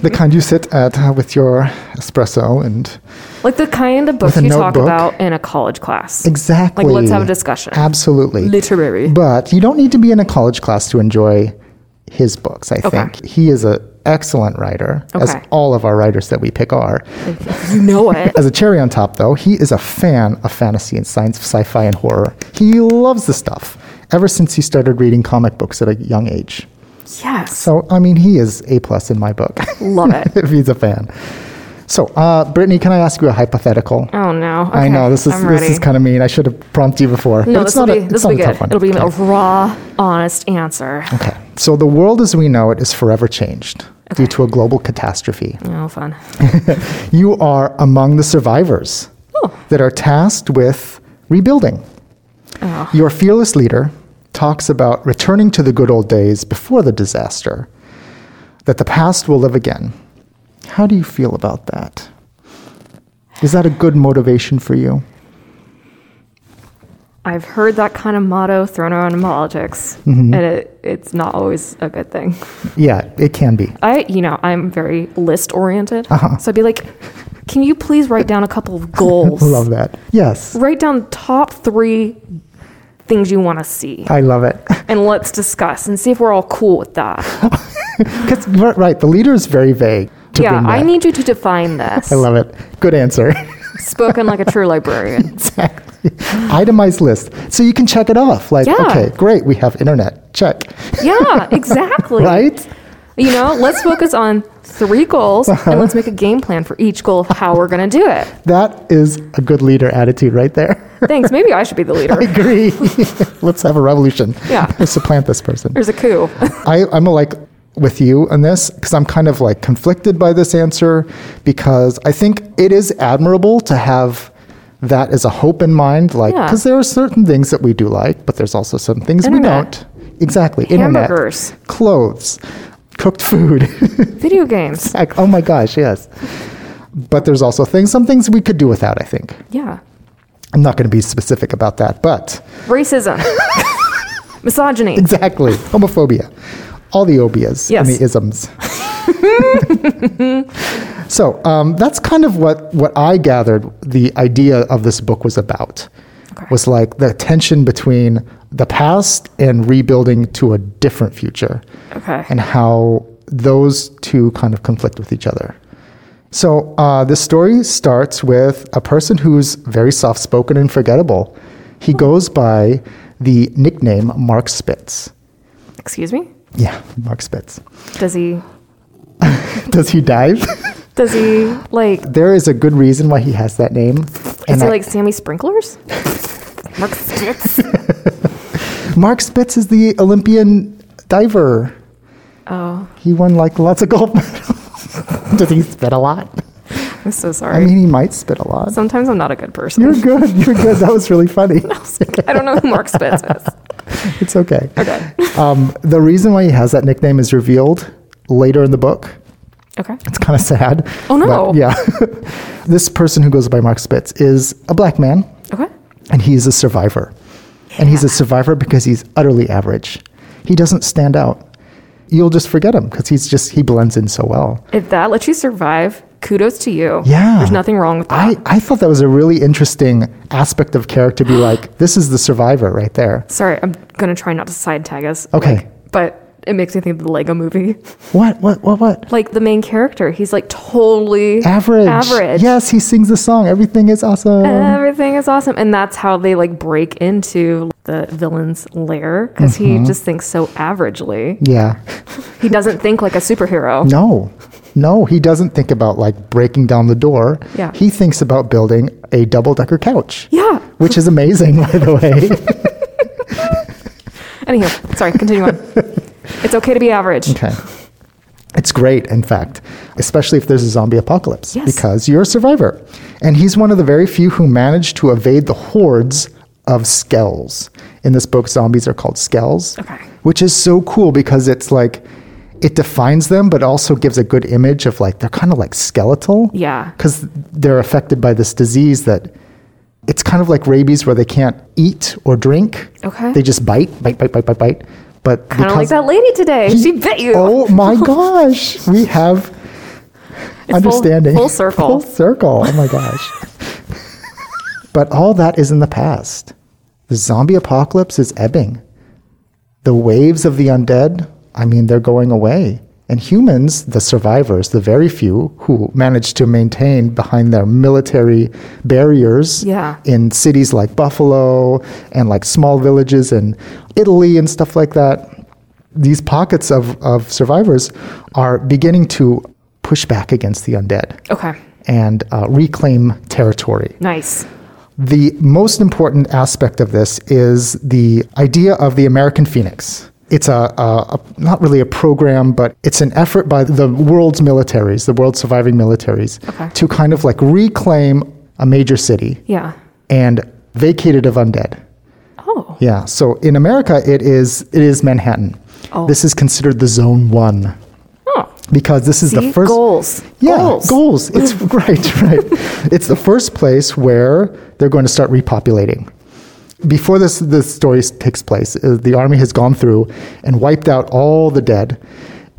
Speaker 2: the kind you sit at uh, with your espresso and
Speaker 1: Like the kind of books
Speaker 2: a
Speaker 1: you talk
Speaker 2: notebook.
Speaker 1: about in a college class.
Speaker 2: exactly.
Speaker 1: Like let's have a discussion.
Speaker 2: Absolutely.
Speaker 1: Literary.
Speaker 2: But you don't need to be in a college class to enjoy his books, I
Speaker 1: Okay.
Speaker 2: think. He is an excellent writer, as
Speaker 1: Okay.
Speaker 2: all of our writers that we pick are.
Speaker 1: you know
Speaker 2: [LAUGHS]
Speaker 1: it.
Speaker 2: As a cherry on top, though, he is a fan of fantasy and science, sci fi, and horror. He loves the stuff ever since he started reading comic books at a young age.
Speaker 1: Yes.
Speaker 2: So, I mean, he is A plus in my book [LAUGHS]
Speaker 1: Love it.
Speaker 2: if he's a fan. So, uh, Brittany, can I ask you a hypothetical?
Speaker 1: Oh no. Okay.
Speaker 2: I know this is
Speaker 1: I'm
Speaker 2: this
Speaker 1: ready.
Speaker 2: is kind of mean. I should have prompted you before.
Speaker 1: No,
Speaker 2: but it's
Speaker 1: this will
Speaker 2: not
Speaker 1: be
Speaker 2: a, it's
Speaker 1: this will
Speaker 2: not
Speaker 1: be
Speaker 2: a
Speaker 1: good.
Speaker 2: tough one.
Speaker 1: It'll be
Speaker 2: okay.
Speaker 1: a raw, honest answer.
Speaker 2: Okay. So the world as we know it is forever changed due to a global catastrophe.
Speaker 1: Oh, fun.
Speaker 2: You are among the survivors
Speaker 1: Oh.
Speaker 2: that are tasked with rebuilding.
Speaker 1: Oh.
Speaker 2: Your fearless leader talks about returning to the good old days before the disaster, that the past will live again. How do you feel about that? Is that a good motivation for you?
Speaker 1: I've heard that kind of motto thrown around in politics,
Speaker 2: Mm-hmm.
Speaker 1: and it, it's not always a good thing.
Speaker 2: Yeah, it can be.
Speaker 1: I, you know, I'm very list oriented,
Speaker 2: Uh-huh.
Speaker 1: so I'd be like, "Can you please write down a couple
Speaker 2: [LAUGHS]
Speaker 1: of goals?
Speaker 2: Love that. Yes,
Speaker 1: Write down top three things you want to see,
Speaker 2: I love it. [LAUGHS]
Speaker 1: and let's discuss and see if we're all cool with that."
Speaker 2: Because right, the leader is very vague. To
Speaker 1: yeah,
Speaker 2: bring
Speaker 1: I
Speaker 2: that.
Speaker 1: need you to define this.
Speaker 2: [LAUGHS] I love it. Good answer. [LAUGHS]
Speaker 1: Spoken like a true librarian.
Speaker 2: exactly. [LAUGHS] Itemized list, so you can check it off. Like,
Speaker 1: Yeah.
Speaker 2: okay, great, we have internet. Check.
Speaker 1: Yeah, exactly.
Speaker 2: Right?
Speaker 1: You know, let's focus on three goals
Speaker 2: Uh-huh.
Speaker 1: and let's make a game plan for each goal of how we're going to do it.
Speaker 2: That is a good leader attitude
Speaker 1: [LAUGHS]
Speaker 2: right there.
Speaker 1: Thanks. Maybe I should be the leader.
Speaker 2: I [LAUGHS] agree. Let's have a revolution.
Speaker 1: Yeah.
Speaker 2: Let's supplant this person.
Speaker 1: There's a coup.
Speaker 2: I, I'm like with you on this because I'm kind of like conflicted by this answer because I think it is admirable to have that as a hope in mind. Like,
Speaker 1: Yeah.
Speaker 2: because there are certain things that we do like, but there's also some things we
Speaker 1: Internet.
Speaker 2: don't. exactly.
Speaker 1: Hamburgers.
Speaker 2: Internet, clothes, cooked food. [LAUGHS]
Speaker 1: Video games.
Speaker 2: Like, oh my gosh, yes. But there's also things, some things we could do without, I think.
Speaker 1: Yeah.
Speaker 2: I'm not going to be specific about that, but [LAUGHS]
Speaker 1: Racism. Misogyny.
Speaker 2: exactly. Homophobia. All the obias and
Speaker 1: Yes.
Speaker 2: the isms. [LAUGHS] so um, that's kind of what, what I gathered the idea of this book was about.
Speaker 1: Okay.
Speaker 2: Was like the tension between the past and rebuilding to a different future
Speaker 1: Okay.
Speaker 2: and how those two kind of conflict with each other. So uh, this story starts with a person who's very soft spoken and forgettable. He goes by the nickname Mark Spitz.
Speaker 1: Excuse me?
Speaker 2: Yeah, Mark Spitz. [LAUGHS]
Speaker 1: Does he
Speaker 2: Does he dive? [LAUGHS]
Speaker 1: does he like
Speaker 2: there is a good reason why he has that name.
Speaker 1: is
Speaker 2: And
Speaker 1: he
Speaker 2: I-
Speaker 1: like Sammy Sprinklers? Mark
Speaker 2: [LAUGHS]
Speaker 1: Spitz?
Speaker 2: Mark Spitz is the Olympian diver.
Speaker 1: Oh,
Speaker 2: He won like lots of gold medals. [LAUGHS] Does he spit a lot?
Speaker 1: I'm so
Speaker 2: I
Speaker 1: sorry.
Speaker 2: mean, he might spit a lot.
Speaker 1: Sometimes I'm not a good person.
Speaker 2: You're good. You're good. That was really [LAUGHS] funny.
Speaker 1: I don't know who Mark Spitz is.
Speaker 2: It's okay.
Speaker 1: Okay.
Speaker 2: [LAUGHS] Um, the reason why he has that nickname is revealed later in the book.
Speaker 1: Okay.
Speaker 2: It's kind of sad.
Speaker 1: Oh, no.
Speaker 2: but yeah. [LAUGHS] this person who goes by Mark Spitz is a black man,
Speaker 1: Okay.
Speaker 2: and he is a survivor. And he's a survivor because he's utterly average. He doesn't stand out. You'll just forget him because he's just he blends in so well.
Speaker 1: If that lets you survive, kudos to you.
Speaker 2: Yeah.
Speaker 1: There's nothing wrong with that.
Speaker 2: I, I thought that was a really interesting aspect of character. Be like, this is the survivor right there.
Speaker 1: sorry, I'm gonna try not to side tag us.
Speaker 2: Okay.
Speaker 1: like, but it makes me think of the Lego movie. [LAUGHS]
Speaker 2: What? What? What? What?
Speaker 1: Like the main character, he's like totally
Speaker 2: Average.
Speaker 1: Average. Uh.
Speaker 2: Yes, he sings the song. Everything is awesome.
Speaker 1: Everything is awesome. And that's how they like break into the villain's lair because
Speaker 2: Mm-hmm.
Speaker 1: he just thinks so averagely.
Speaker 2: yeah.
Speaker 1: He doesn't think like a superhero.
Speaker 2: No. No, he doesn't think about like breaking down the door.
Speaker 1: Yeah.
Speaker 2: He thinks about building a double decker couch,
Speaker 1: Yeah.
Speaker 2: which is amazing, by the
Speaker 1: [LAUGHS]
Speaker 2: way.
Speaker 1: Anyhow, sorry, continue
Speaker 2: [LAUGHS]
Speaker 1: on. It's okay to be average.
Speaker 2: okay. It's great, in fact, especially if there's a zombie apocalypse,
Speaker 1: Yes.
Speaker 2: because you're a survivor. And he's one of the very few who managed to evade the hordes of skells. In this book, zombies are called skells,
Speaker 1: Okay.
Speaker 2: which is so cool because it's like, it defines them, but also gives a good image of like, they're kind of like skeletal.
Speaker 1: Yeah.
Speaker 2: because they're affected by this disease that it's kind of like rabies where they can't eat or drink.
Speaker 1: Okay.
Speaker 2: They just bite, bite, bite, bite, bite, bite. But
Speaker 1: Kind of like that lady today. she bit you. [LAUGHS]
Speaker 2: Oh my gosh. We have
Speaker 1: full-
Speaker 2: understanding.
Speaker 1: full circle.
Speaker 2: Full circle. Oh
Speaker 1: [LAUGHS]
Speaker 2: my gosh. but all that is in the past. The zombie apocalypse is ebbing. The waves of the undead, I mean, they're going away. And humans, the survivors, the very few who managed to maintain behind their military barriers
Speaker 1: Yeah.
Speaker 2: in cities like Buffalo and like small villages in Italy and stuff like that, these pockets of, of survivors are beginning to push back against the undead
Speaker 1: Okay.
Speaker 2: and uh, reclaim territory.
Speaker 1: Nice.
Speaker 2: The most important aspect of this is the idea of the American Phoenix. It's a, a, a not really a program, but it's an effort by the world's militaries, the world's surviving militaries,
Speaker 1: Okay.
Speaker 2: to kind of like reclaim a major city
Speaker 1: Yeah.
Speaker 2: and vacate it of undead.
Speaker 1: Oh.
Speaker 2: Yeah. So in America, it is it is Manhattan.
Speaker 1: Oh.
Speaker 2: This is considered the Zone One
Speaker 1: Oh.
Speaker 2: because this is
Speaker 1: See?
Speaker 2: the first
Speaker 1: goals.
Speaker 2: yeah,
Speaker 1: Goals. [LAUGHS]
Speaker 2: goals. It's right, right. It's the first place where they're going to start repopulating. Before this, this story s- takes place, uh, the army has gone through and wiped out all the dead.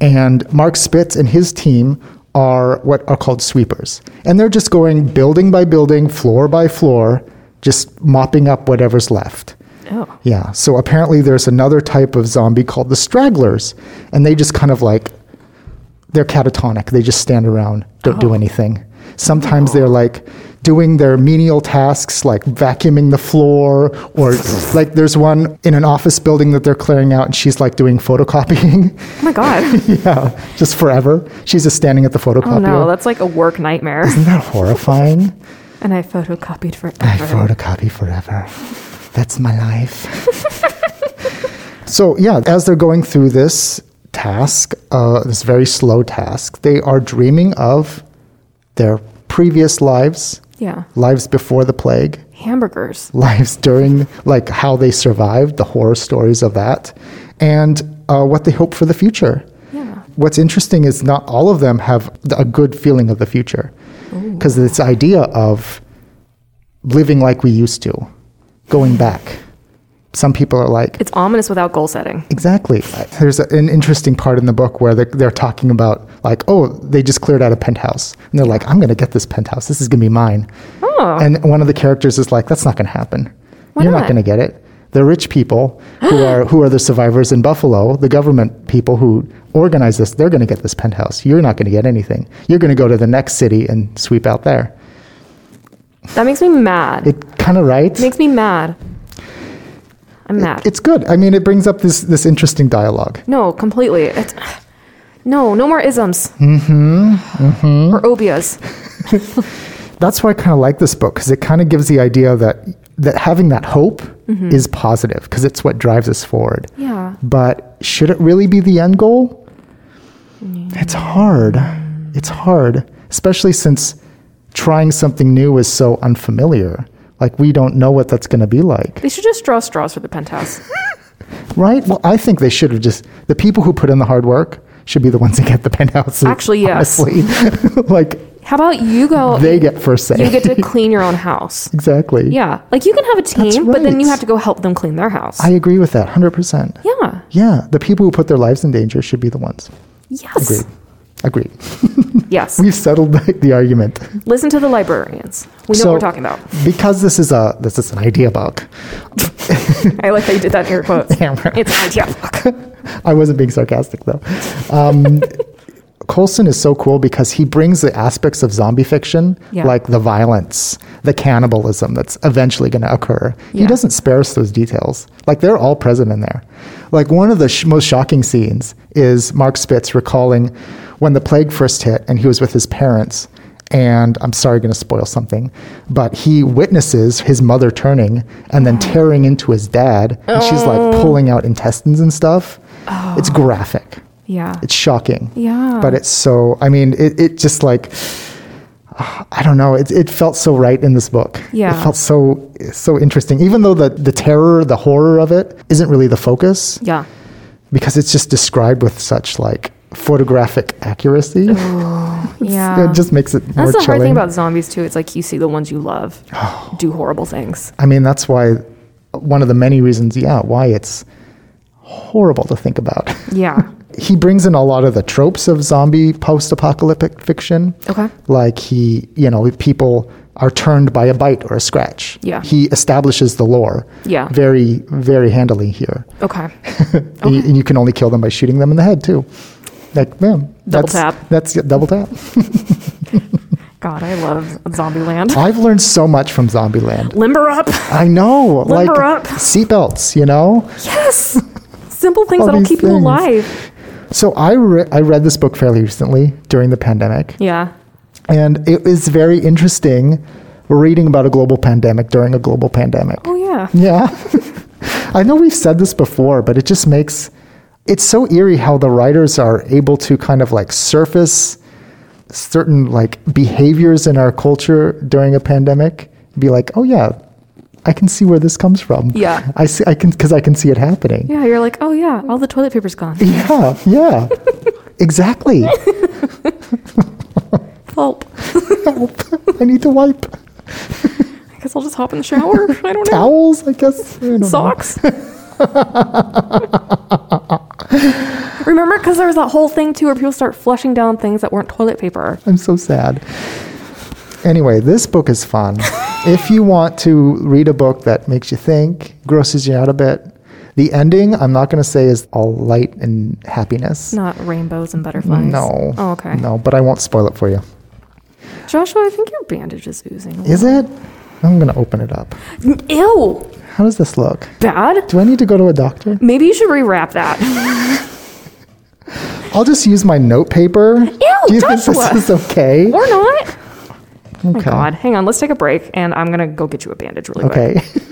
Speaker 2: And Mark Spitz and his team are what are called sweepers. And they're just going building by building, floor by floor, just mopping up whatever's left.
Speaker 1: Oh.
Speaker 2: Yeah. So apparently there's another type of zombie called the stragglers, and they just kind of like they're catatonic. They just stand around, don't
Speaker 1: Oh.
Speaker 2: do anything. Sometimes they're like doing their menial tasks like vacuuming the floor
Speaker 1: [LAUGHS]
Speaker 2: or like there's one in an office building that they're clearing out and she's like doing photocopying. [LAUGHS]
Speaker 1: Oh my God.
Speaker 2: yeah, just forever. She's just standing at the photocopier.
Speaker 1: Oh no, that's like a work nightmare.
Speaker 2: Isn't that horrifying?
Speaker 1: [LAUGHS] And I photocopied forever.
Speaker 2: I photocopy forever. That's my life. so, yeah, as they're going through this task, uh, this very slow task, they are dreaming of their previous lives,
Speaker 1: yeah.
Speaker 2: lives before the plague,
Speaker 1: Hamburgers.
Speaker 2: lives during, like how they survived, the horror stories of that. and uh, what they hope for the future.
Speaker 1: Yeah.
Speaker 2: What's interesting is not all of them have th- a good feeling of the future because this idea of living like we used to, going back. Some people are like,
Speaker 1: It's ominous without goal setting.
Speaker 2: Exactly. There's a, an interesting part in the book where they're, they're talking about, like, oh, they just cleared out a penthouse. And they're like, I'm going to get this penthouse. This is going to be mine.
Speaker 1: Oh.
Speaker 2: And one of the characters is like, that's not going to happen.
Speaker 1: Why
Speaker 2: You're not,
Speaker 1: not?
Speaker 2: going to get it. The
Speaker 1: [GASPS]
Speaker 2: rich people who are, who are the survivors in Buffalo, the government people who organize this, they're going to get this penthouse. You're not going to get anything. You're going to go to the next city and sweep out there.
Speaker 1: That makes me mad. It
Speaker 2: It kind of right.
Speaker 1: makes me mad. I'm mad.
Speaker 2: It's good. I mean, it brings up this, this interesting dialogue.
Speaker 1: no, completely. It's, no, no more isms. Mm-hmm. mm-hmm. Or obias.
Speaker 2: that's why I kind of like this book because it kind of gives the idea that that having that hope
Speaker 1: Mm-hmm.
Speaker 2: is positive because it's what drives us forward.
Speaker 1: Yeah.
Speaker 2: But should it really be the end goal? It's hard. It's hard, especially since trying something new is so unfamiliar. Like we don't know what that's going to be like,
Speaker 1: They should just draw straws for the penthouse.
Speaker 2: right? Well, I think they should have just the people who put in the hard work should be the ones that get the [LAUGHS] penthouse.
Speaker 1: Actually, yes.
Speaker 2: honestly. [LAUGHS] like
Speaker 1: How about you go?
Speaker 2: they get first say.
Speaker 1: you get [LAUGHS] to clean your own house.
Speaker 2: [LAUGHS] exactly.
Speaker 1: Yeah. Like you can have a team, but then you
Speaker 2: right.
Speaker 1: have to go help them clean their house.
Speaker 2: I agree with that 100%.
Speaker 1: yeah.
Speaker 2: Yeah, the people who put their lives in danger should be the ones.
Speaker 1: Yes.
Speaker 2: Agreed. Agreed.
Speaker 1: Yes.
Speaker 2: We've settled [LAUGHS] the, the argument.
Speaker 1: Listen to the librarians. We know what we're talking about.
Speaker 2: Because this is a this is an idea book.
Speaker 1: I like how you did that in air quotes.
Speaker 2: [LAUGHS] Yeah, right.
Speaker 1: it's an idea book.
Speaker 2: I wasn't being sarcastic though. Um, Colson is so cool because he brings the aspects of zombie fiction,
Speaker 1: Yeah.
Speaker 2: like the violence, the cannibalism that's eventually going to occur. He
Speaker 1: Yeah.
Speaker 2: doesn't spare us those details. Like they're all present in there. Like one of the sh- most shocking scenes is Mark Spitz recalling when the plague first hit and he was with his parents. And I'm sorry, going to spoil something, but he witnesses his mother turning and then tearing into his dad, and she's like pulling out intestines and stuff. It's graphic.
Speaker 1: Yeah.
Speaker 2: It's shocking.
Speaker 1: Yeah.
Speaker 2: But it's so, I mean, it, it just like, I don't know. It, it felt so right in this book.
Speaker 1: Yeah.
Speaker 2: It felt so, so interesting. Even though the, the terror, the horror of it isn't really the focus
Speaker 1: yeah.
Speaker 2: because it's just described with such like photographic accuracy. [LAUGHS]
Speaker 1: Yeah.
Speaker 2: It just makes it more
Speaker 1: That's the hard
Speaker 2: chilling.
Speaker 1: thing about zombies too. It's like you see the ones you
Speaker 2: [SIGHS]
Speaker 1: love do horrible things.
Speaker 2: I mean, that's why one of the many reasons, yeah, why it's horrible to think about. [LAUGHS]
Speaker 1: [LAUGHS] Yeah.
Speaker 2: he brings in a lot of the tropes of zombie post-apocalyptic fiction.
Speaker 1: Okay.
Speaker 2: Like he, you know, people are turned by a bite or a scratch.
Speaker 1: Yeah.
Speaker 2: He establishes the lore.
Speaker 1: Yeah.
Speaker 2: Very, very handily here.
Speaker 1: Okay.
Speaker 2: And, you, and you can only kill them by shooting them in the head too. Like, man, that's,
Speaker 1: tap.
Speaker 2: That's yeah, double tap.
Speaker 1: God, I love
Speaker 2: [LAUGHS]
Speaker 1: Zombieland.
Speaker 2: I've learned so much from Zombieland.
Speaker 1: Limber up.
Speaker 2: I know, like
Speaker 1: Limber up.
Speaker 2: seatbelts, you know.
Speaker 1: Yes. Simple things
Speaker 2: All
Speaker 1: that'll
Speaker 2: these
Speaker 1: keep you
Speaker 2: things.
Speaker 1: alive.
Speaker 2: So I re- I read this book fairly recently during the pandemic.
Speaker 1: Yeah.
Speaker 2: And it is very interesting reading about a global pandemic during a global pandemic.
Speaker 1: Oh
Speaker 2: [LAUGHS]
Speaker 1: yeah.
Speaker 2: Yeah. I know we've said this before, but it just makes it's so eerie how the writers are able to kind of like surface certain like behaviors in our culture during a pandemic be like, "Oh yeah, I can see where this comes from."
Speaker 1: Yeah.
Speaker 2: I see I can cuz I can see it happening.
Speaker 1: Yeah. You're like, oh yeah, all the toilet paper's gone.
Speaker 2: [LAUGHS] Yeah, yeah. exactly.
Speaker 1: Help.
Speaker 2: Help. I need to wipe
Speaker 1: I guess I'll just hop in the shower. I
Speaker 2: [LAUGHS]
Speaker 1: don't know.
Speaker 2: towels, I guess. I don't know.
Speaker 1: Socks. [LAUGHS] Remember, because there was that whole thing too, where people start flushing down things that weren't toilet paper.
Speaker 2: [LAUGHS] I'm so sad. Anyway, this book is
Speaker 1: [LAUGHS]
Speaker 2: fun. if you want to read a book that makes you think, grosses you out a bit, the ending, I'm not going to say is all light and happiness.
Speaker 1: Not rainbows and butterflies.
Speaker 2: No.
Speaker 1: Oh, okay.
Speaker 2: No, but I won't spoil it for you.
Speaker 1: Joshua, I think your bandage is oozing.
Speaker 2: Is it? I'm going to open it up.
Speaker 1: Ew.
Speaker 2: How does this look?
Speaker 1: Bad.
Speaker 2: Do I need to go to a doctor?
Speaker 1: Maybe you should rewrap
Speaker 2: [LAUGHS]
Speaker 1: that.
Speaker 2: I'll just use my note paper.
Speaker 1: [LAUGHS]
Speaker 2: Ew, Do you
Speaker 1: Joshua.
Speaker 2: think this is okay?
Speaker 1: Or not. Oh my
Speaker 2: Okay.
Speaker 1: God. Hang on. Let's take a break, and I'm going to go get you a bandage really quick. [LAUGHS]
Speaker 2: Okay.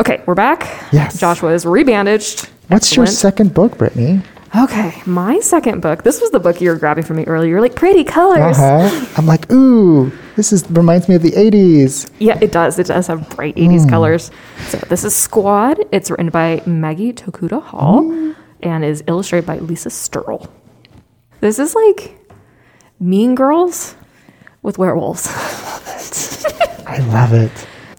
Speaker 1: Okay. We're back.
Speaker 2: Yes.
Speaker 1: Joshua is rebandaged.
Speaker 2: What's your
Speaker 1: Excellent.
Speaker 2: second book, Brittany?
Speaker 1: Okay, my second book. This was the book you were grabbing from me earlier. You were like, pretty colors.
Speaker 2: Uh huh. I'm like, ooh, This is reminds me of the 80s.
Speaker 1: Yeah, it does. It does have bright 80s colors. So this is Squad. It's written by Maggie Tokuda Hall and is illustrated by Lisa Stirl. This is like Mean Girls with werewolves. [LAUGHS]
Speaker 2: I love it.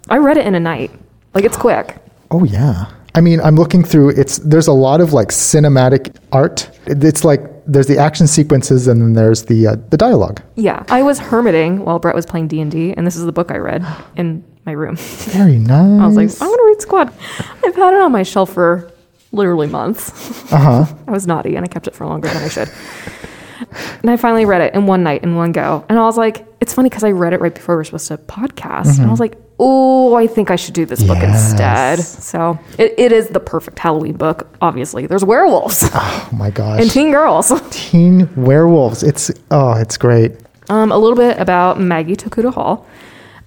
Speaker 1: I read it in a night. Like it's quick.
Speaker 2: Oh yeah. I mean, I'm looking through. It's there's a lot of like cinematic art. It- It's like there's the action sequences and then there's the uh, the dialogue.
Speaker 1: Yeah, I was hermiting while Brett was playing D and D, and this is the book I read in my room. [LAUGHS]
Speaker 2: Very nice.
Speaker 1: I was like, "Oh." I'm gonna read Squad. I've had it on my shelf for literally months.
Speaker 2: uh huh.
Speaker 1: [LAUGHS] I was naughty and I kept it for longer than I should. and I finally read it in one night in one go, and I was like, it's funny because I read it right before we were supposed to podcast, and I was like, oh, I think I should do this book
Speaker 2: Mm-hmm. Yes.
Speaker 1: instead. So it, it is the perfect Halloween book. Obviously, there's werewolves
Speaker 2: Oh my [LAUGHS] gosh.
Speaker 1: and teen girls.
Speaker 2: Teen werewolves. It's oh, it's great.
Speaker 1: Um, a little bit about Maggie Tokuda Hall.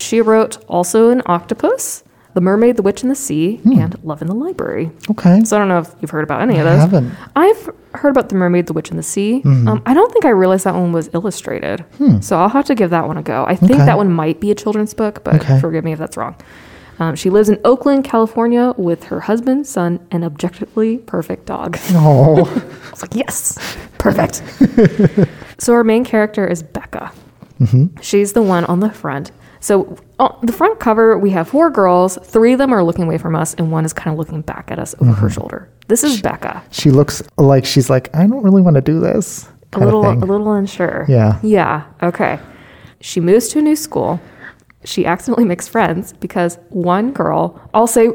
Speaker 1: She wrote also an octopus, The Mermaid, The Witch, and the Sea,
Speaker 2: Hmm.
Speaker 1: and Love in the Library.
Speaker 2: Okay.
Speaker 1: So I don't know if you've heard about any of
Speaker 2: I
Speaker 1: those.
Speaker 2: haven't. Mm-hmm.
Speaker 1: I've heard about The Mermaid, The Witch, and the Sea. Um, I don't think I realized that one was illustrated. So I'll have to give that one a go. I think
Speaker 2: Hmm. Okay.
Speaker 1: that one might be a children's book, but
Speaker 2: Okay.
Speaker 1: forgive me if that's wrong. Um, she lives in Oakland, California, with her husband, son, and objectively perfect dog. [LAUGHS]
Speaker 2: Oh.
Speaker 1: I was like, yes, perfect. so our main character is Becca. She's the one on the front. So on the front cover, we have four girls. Three of them are looking away from us, and one is kind of looking back at us over her shoulder. This is Becca,
Speaker 2: she looks like she's like I don't really want to do this.
Speaker 1: a
Speaker 2: kind of
Speaker 1: little, a
Speaker 2: thing.
Speaker 1: little unsure.
Speaker 2: Yeah.
Speaker 1: Yeah. Okay. She moves to a new school. She accidentally [LAUGHS] makes friends because one girl. I'll say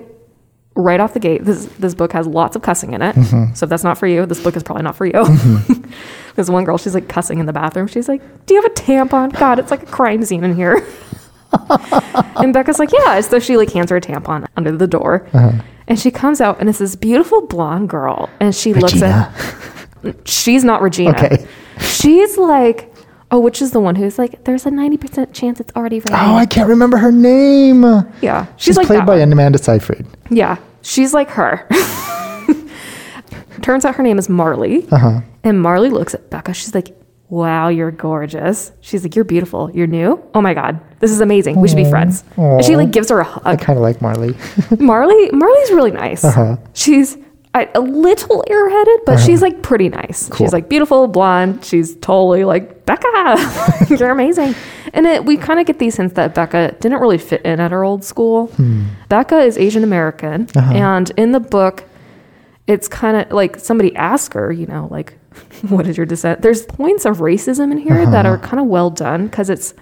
Speaker 1: right off the gate, this this book has lots of cussing in it.
Speaker 2: Mm-hmm.
Speaker 1: So if that's not for you, this book is probably not for you. [LAUGHS] There's one girl. She's like cussing in the bathroom. She's like, "Do you have a tampon? God, it's like a crime scene in here."
Speaker 2: [LAUGHS]
Speaker 1: and Becca's like, "Yeah." So she like hands her a tampon under the door,
Speaker 2: Uh-huh.
Speaker 1: and she comes out, and it's this beautiful blonde girl, and she looks at
Speaker 2: Regina.
Speaker 1: she's not Regina.
Speaker 2: Okay.
Speaker 1: She's like, oh, which is the one who's like, there's a 90% chance it's already raining.
Speaker 2: Oh, I can't remember her name.
Speaker 1: yeah. She's,
Speaker 2: Oh. She's
Speaker 1: like
Speaker 2: played
Speaker 1: that
Speaker 2: by
Speaker 1: one.
Speaker 2: Amanda Seyfried.
Speaker 1: Yeah. She's like her. [LAUGHS] Turns out her name is Marley.
Speaker 2: Uh-huh.
Speaker 1: And Marley looks at Becca. She's like, wow, you're gorgeous. She's like, you're beautiful. You're new. Oh my God. This is amazing. We should be friends. And she
Speaker 2: Aw.
Speaker 1: like gives her a
Speaker 2: I
Speaker 1: hug.
Speaker 2: kind of like Marley.
Speaker 1: Marley, Marley's really nice.
Speaker 2: Uh-huh.
Speaker 1: She's a, a little airheaded, but she's like pretty nice.
Speaker 2: Cool.
Speaker 1: She's like beautiful, blonde. She's totally like Becca. [LAUGHS] You're amazing. And it, we kind of get these hints that Becca didn't really fit in at her old school.
Speaker 2: Hmm.
Speaker 1: Becca is Asian American,
Speaker 2: Uh-huh.
Speaker 1: and in the book, it's kind of like somebody asked her, you know, like, [LAUGHS] what is your descent? There's points of racism in here
Speaker 2: Uh-huh.
Speaker 1: that are kind of well done because it's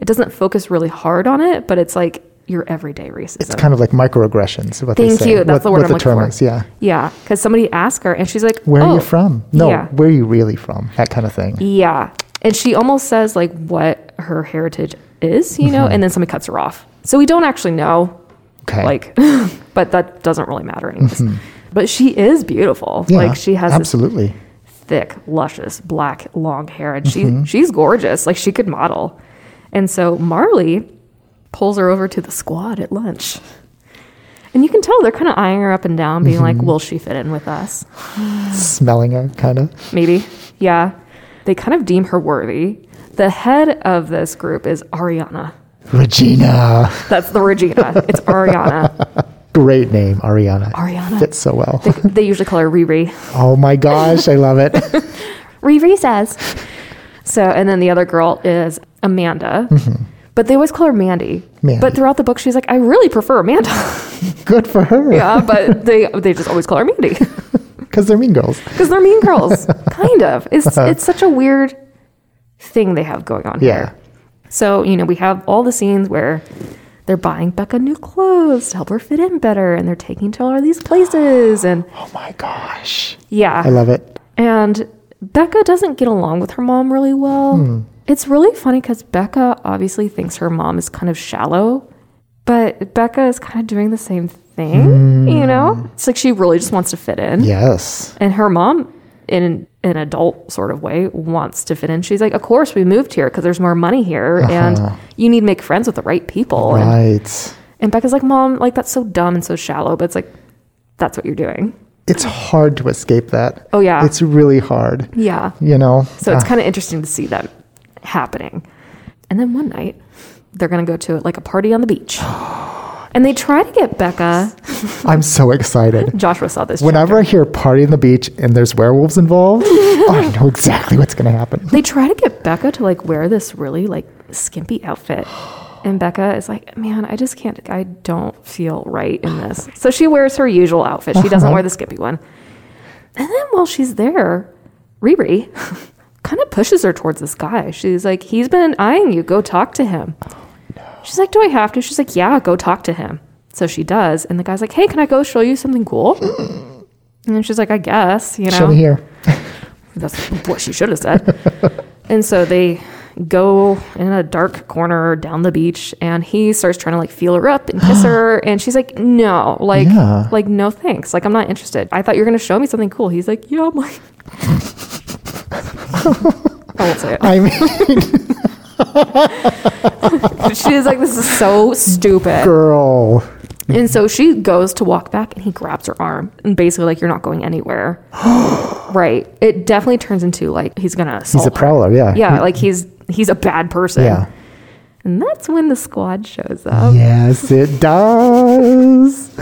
Speaker 1: it doesn't focus really hard on it, but it's like your everyday racism.
Speaker 2: It's kind of like microaggressions. What they
Speaker 1: Thank
Speaker 2: say,
Speaker 1: you. That's
Speaker 2: what-
Speaker 1: the word
Speaker 2: what
Speaker 1: I'm looking
Speaker 2: term
Speaker 1: for.
Speaker 2: is, Yeah.
Speaker 1: Yeah, because somebody asked her, and she's like,
Speaker 2: Where are
Speaker 1: "Oh,
Speaker 2: you from? No,
Speaker 1: yeah,
Speaker 2: where are you really from? That kind of thing.
Speaker 1: yeah." And she almost says like what her heritage is, you know,
Speaker 2: Mm-hmm.
Speaker 1: and then somebody cuts her off. So we don't actually know,
Speaker 2: Okay.
Speaker 1: like, [LAUGHS] but that doesn't really matter anyways. But she is beautiful.
Speaker 2: Mm-hmm. Yeah,
Speaker 1: like she has this
Speaker 2: absolutely. Mm-hmm.
Speaker 1: thick, luscious, black, long hair, and she she's gorgeous. Like she could model. And so Marley pulls her over to the squad at lunch. And you can tell they're kind of eyeing her up and down, being like,
Speaker 2: Mm-hmm.
Speaker 1: will she fit in with us?
Speaker 2: Smelling her, kind of.
Speaker 1: maybe. Yeah. They kind of deem her worthy. The head of this group is Ariana.
Speaker 2: Regina.
Speaker 1: That's the Regina. [LAUGHS] It's Ariana.
Speaker 2: Great name, Ariana.
Speaker 1: Ariana.
Speaker 2: Fits so well.
Speaker 1: They, they usually call her Riri.
Speaker 2: [LAUGHS] oh my gosh, I
Speaker 1: [LAUGHS]
Speaker 2: love it.
Speaker 1: Riri says. So, and then the other girl is Amanda. But they always call her Mm-hmm. Mandy.
Speaker 2: Mandy.
Speaker 1: But throughout the book, she's like, I really prefer Amanda. [LAUGHS]
Speaker 2: Good for her.
Speaker 1: yeah, but they they just always call her Mandy
Speaker 2: Because they're mean girls.
Speaker 1: because they're mean
Speaker 2: [LAUGHS]
Speaker 1: girls, kind of. It's
Speaker 2: Uh-huh.
Speaker 1: it's such a weird thing they have going on
Speaker 2: Yeah.
Speaker 1: here. So, you know, we have all the scenes where they're buying Becca new clothes to help her fit in better and they're taking to all these places and
Speaker 2: [GASPS] Oh my gosh. I
Speaker 1: yeah.
Speaker 2: love it.
Speaker 1: And Becca doesn't get along with her mom really well.
Speaker 2: Hmm.
Speaker 1: It's really funny cuz Becca obviously thinks her mom is kind of shallow, but Becca is kind of doing the same
Speaker 2: Hmm.
Speaker 1: thing, you know? It's like she really just wants to fit in.
Speaker 2: Yes.
Speaker 1: And her mom, in an adult sort of way, wants to fit in. She's like, Of course, we moved here because there's more money here, and you need to make friends with the right people. And,
Speaker 2: Right.
Speaker 1: and Becca's like, Mom, like, that's so dumb and so shallow. But it's like, that's what you're doing.
Speaker 2: It's hard to escape that.
Speaker 1: Oh, yeah.
Speaker 2: It's really hard.
Speaker 1: Yeah.
Speaker 2: You know?
Speaker 1: So it's kind of interesting to see that happening. And then one night, They're going to go to like a party on the beach. And they try to get Becca.
Speaker 2: Ah, I'm so excited.
Speaker 1: Joshua saw this.
Speaker 2: Whenever I hear party in the beach and there's werewolves
Speaker 1: [LAUGHS]
Speaker 2: involved, I know exactly what's going to happen.
Speaker 1: they try to get Becca to like wear this really like skimpy outfit. And Becca is like, man, I just can't, I don't feel right in this. So she wears her usual outfit. She doesn't wear
Speaker 2: Uh-huh.
Speaker 1: the skimpy one. And then while she's there, Riri [LAUGHS] kind of pushes her towards this guy. She's like, he's been eyeing you. Go talk to him.
Speaker 2: Oh,
Speaker 1: She's like, do I have to? She's like, yeah, go talk to him. So she does. And the guy's like, hey, can I go show you something
Speaker 2: [GASPS]
Speaker 1: cool? And she's like, I guess, you know.
Speaker 2: Show me here.
Speaker 1: That's what she should have said. and so they go in a dark corner down the beach and he starts trying to like feel her up and
Speaker 2: [GASPS]
Speaker 1: kiss her and she's like no like
Speaker 2: Yeah.
Speaker 1: like no thanks like i'm not interested i thought you were going to show me something cool he's like yeah i'm like [LAUGHS] i won't say it [LAUGHS]
Speaker 2: I mean,
Speaker 1: she's like this is so stupid
Speaker 2: girl.
Speaker 1: And so she goes to walk back and he grabs her arm and basically like you're not going
Speaker 2: [GASPS]
Speaker 1: anywhere. right. It definitely turns into like he's gonna assault
Speaker 2: He's a
Speaker 1: her.
Speaker 2: prowler, yeah.
Speaker 1: Oh.
Speaker 2: [LAUGHS]
Speaker 1: Yeah, like he's he's a bad person.
Speaker 2: Yeah.
Speaker 1: And that's when the squad shows up.
Speaker 2: Yes,
Speaker 1: [LAUGHS]
Speaker 2: it does.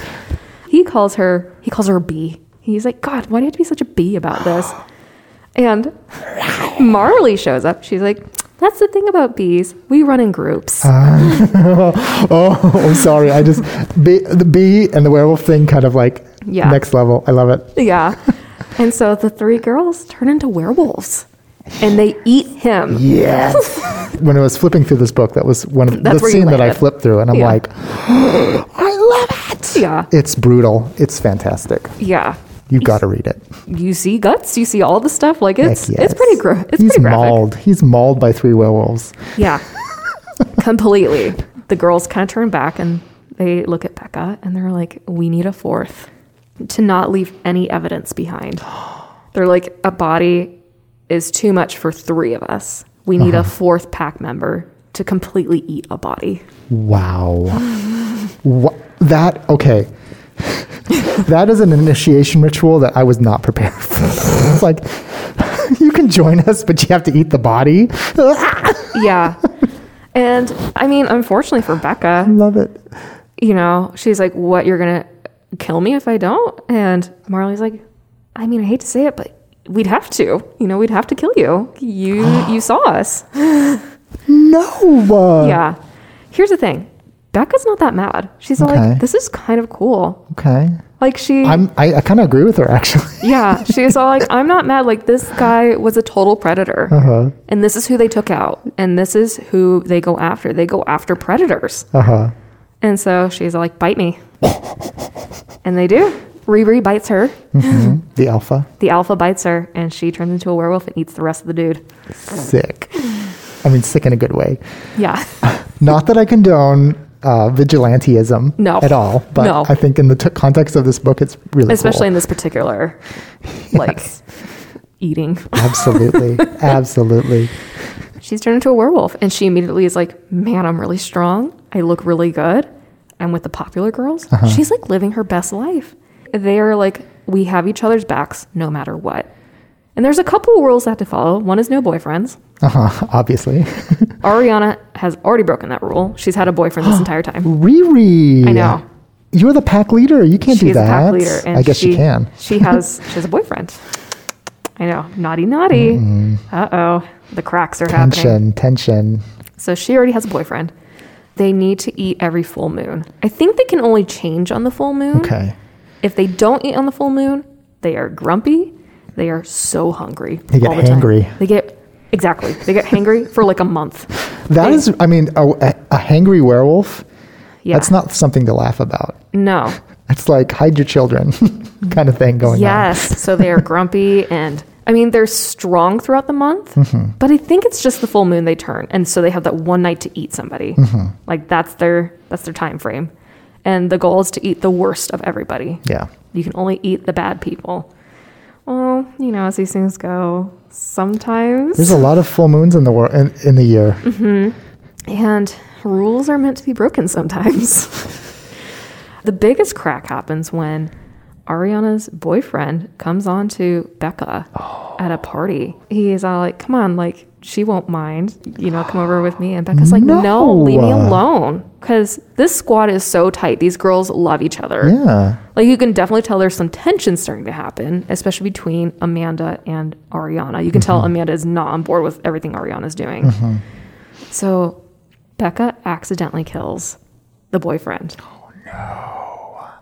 Speaker 1: He calls her he calls her a bee. He's like, God, why do you have to be such a bee about
Speaker 2: [GASPS]
Speaker 1: this? And Marley shows up. She's like, That's the thing about bees. We run in groups.
Speaker 2: Uh-huh. Oh, I'm sorry. I just bee, the bee and the werewolf thing kind of like
Speaker 1: Yeah.
Speaker 2: next level. I love it.
Speaker 1: [LAUGHS] Yeah. and so the three girls turn into werewolves and they eat him. [LAUGHS]
Speaker 2: Yes. when I was flipping through this book, that was one of
Speaker 1: That's
Speaker 2: the
Speaker 1: where you
Speaker 2: scene that I
Speaker 1: landed.
Speaker 2: flipped through, and I'm
Speaker 1: Yeah.
Speaker 2: like, [GASPS] I love it.
Speaker 1: Yeah.
Speaker 2: It's brutal. It's fantastic.
Speaker 1: Yeah.
Speaker 2: You got to read it.
Speaker 1: You see guts, you see all the stuff. Like it's
Speaker 2: Heck yes.
Speaker 1: it's pretty gro- it's
Speaker 2: He's
Speaker 1: pretty graphic.
Speaker 2: mauled. He's mauled by three werewolves.
Speaker 1: Yeah. [LAUGHS] Completely. The girls kind of turn back and they look at Becca and they're like, we need a fourth to not leave any evidence behind. They're like, a body is too much for three of us. We need a fourth pack member to completely eat a body.
Speaker 2: Wow. Wha- That okay. [LAUGHS] that is an initiation ritual that I was not prepared for. it's like [LAUGHS] you can join us, but you have to eat the body. [LAUGHS]
Speaker 1: Yeah. and I mean, unfortunately for Becca,
Speaker 2: Love it.
Speaker 1: you know, she's like, "What? You're gonna kill me if I don't?" And Marley's like, "I mean, I hate to say it, but we'd have to. You know, we'd have to kill you.
Speaker 2: [GASPS]
Speaker 1: You you saw us.
Speaker 2: No.
Speaker 1: yeah. Here's the thing. Becca's not that mad. She's not
Speaker 2: Okay.
Speaker 1: like, "This is kind of cool."
Speaker 2: Okay.
Speaker 1: Like she,
Speaker 2: I'm. I, I kind of agree with her actually. [LAUGHS]
Speaker 1: yeah, she's all like, "I'm not mad. Like this guy was a total predator,
Speaker 2: Uh-huh.
Speaker 1: and this is who they took out, and this is who they go after. They go after predators."
Speaker 2: Uh huh.
Speaker 1: And so she's like, "Bite
Speaker 2: [LAUGHS]
Speaker 1: me," and they do. Riri bites her.
Speaker 2: Mm-hmm. The alpha.
Speaker 1: The alpha bites her, and she turns into a werewolf and eats the rest of the dude.
Speaker 2: Sick. I mean, sick in a good way.
Speaker 1: Yeah.
Speaker 2: Not that I condone uh, vigilanteism
Speaker 1: No.
Speaker 2: at all, but
Speaker 1: No.
Speaker 2: I think in the t- context of this book, it's really
Speaker 1: [LAUGHS] Especially
Speaker 2: cool.
Speaker 1: in this particular, like, eating. [LAUGHS]
Speaker 2: absolutely, absolutely.
Speaker 1: She's turned into a werewolf, and she immediately is like, man, I'm really strong. I look really good. I'm with the popular girls. She's like living her best life. They are like, we have each other's backs no matter what. And there's a couple rules they have to follow. One is no boyfriends.
Speaker 2: Uh huh. Obviously.
Speaker 1: Ariana has already broken that rule. She's had a boyfriend this entire time.
Speaker 2: Riri.
Speaker 1: I know.
Speaker 2: You're the pack leader. You can't
Speaker 1: She
Speaker 2: do
Speaker 1: is a
Speaker 2: that.
Speaker 1: pack leader, and
Speaker 2: I guess
Speaker 1: she,
Speaker 2: you can.
Speaker 1: she has [LAUGHS] she has a boyfriend. I know, naughty, naughty.
Speaker 2: Mm-hmm.
Speaker 1: Uh oh, the cracks are happening.
Speaker 2: Tension, tension.
Speaker 1: So she already has a boyfriend. They need to eat every full moon. I think they can only change on the full moon.
Speaker 2: Okay.
Speaker 1: If they don't eat on the full moon, they are grumpy. They are so hungry.
Speaker 2: They get
Speaker 1: all the time.
Speaker 2: hangry.
Speaker 1: They get exactly. They get hangry for like a month.
Speaker 2: That is, I mean, a, a hangry werewolf,
Speaker 1: Yeah.
Speaker 2: that's not something to laugh about.
Speaker 1: no.
Speaker 2: It's like hide your children [LAUGHS] kind of thing going on.
Speaker 1: Yes. so they are grumpy [LAUGHS] and I mean they're strong throughout the month,
Speaker 2: Mm-hmm.
Speaker 1: but I think it's just the full moon they turn, and so they have that one night to eat somebody.
Speaker 2: Mm-hmm.
Speaker 1: Like that's their that's their time frame, and the goal is to eat the worst of everybody.
Speaker 2: Yeah.
Speaker 1: You can only eat the bad people. Well, you know, as these things go, sometimes
Speaker 2: There's a lot of full moons in the world in, in the year.
Speaker 1: Mm-hmm. And rules [LAUGHS] are meant to be broken sometimes. the biggest crack happens when Ariana's boyfriend comes on to Becca at a party. He's all like, come on, like, she won't mind, you know, come over with me. And Becca's like, no,
Speaker 2: No.
Speaker 1: leave me alone. Because this squad is so tight. These girls love each other.
Speaker 2: Yeah.
Speaker 1: Like, you can definitely tell there's some tension starting to happen, especially between Amanda and Ariana. You can tell Amanda is not on board with everything Ariana's doing. So, Becca accidentally kills the boyfriend. Oh, no. Mm-hmm.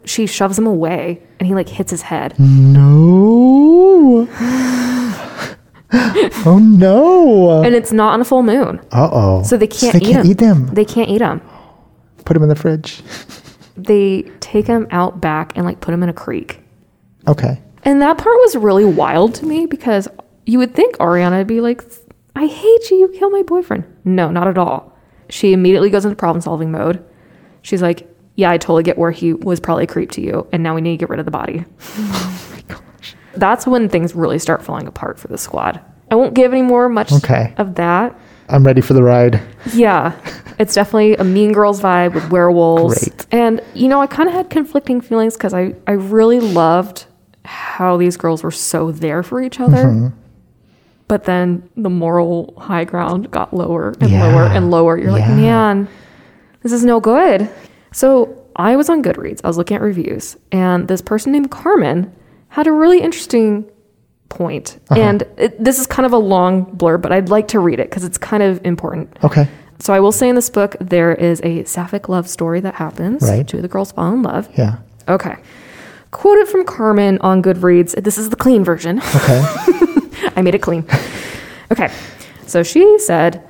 Speaker 1: She shoves him away and he, like, hits his head.
Speaker 2: No. oh no.
Speaker 1: And it's not on a full moon.
Speaker 2: Uh oh.
Speaker 1: So they can't,
Speaker 2: they
Speaker 1: eat,
Speaker 2: can't
Speaker 1: him.
Speaker 2: eat them.
Speaker 1: They can't eat him.
Speaker 2: Put them in the fridge.
Speaker 1: They take him out back and like put him in a creek.
Speaker 2: Okay.
Speaker 1: And that part was really wild to me because you would think Ariana would be like, I hate you, you killed my boyfriend. No, not at all. She immediately goes into problem solving mode. She's like, Yeah, I totally get where he was probably a creep to you, and now we need to get rid of the body. [LAUGHS] That's when things really start falling apart for the squad. I won't give any more much
Speaker 2: Okay.
Speaker 1: of that.
Speaker 2: I'm ready for the ride.
Speaker 1: Yeah, it's definitely a Mean Girls vibe with werewolves.
Speaker 2: Great.
Speaker 1: And, you know, I kind of had conflicting feelings because I, I really loved how these girls were so there for each other.
Speaker 2: Mm-hmm.
Speaker 1: But then the moral high ground got lower and
Speaker 2: Yeah.
Speaker 1: lower and lower. You're like,
Speaker 2: Yeah.
Speaker 1: man, this is no good. So I was on Goodreads, I was looking at reviews, and this person named Carmen had a really interesting point.
Speaker 2: Uh-huh.
Speaker 1: And it, this is kind of a long blurb, but I'd like to read it because it's kind of important.
Speaker 2: Okay.
Speaker 1: So I will say in this book there is a sapphic love story that happens.
Speaker 2: Right.
Speaker 1: Two of the girls fall in love.
Speaker 2: Yeah.
Speaker 1: Okay. Quoted from Carmen on Goodreads. This is the clean version.
Speaker 2: Okay.
Speaker 1: [LAUGHS] I made it clean. Okay. So she said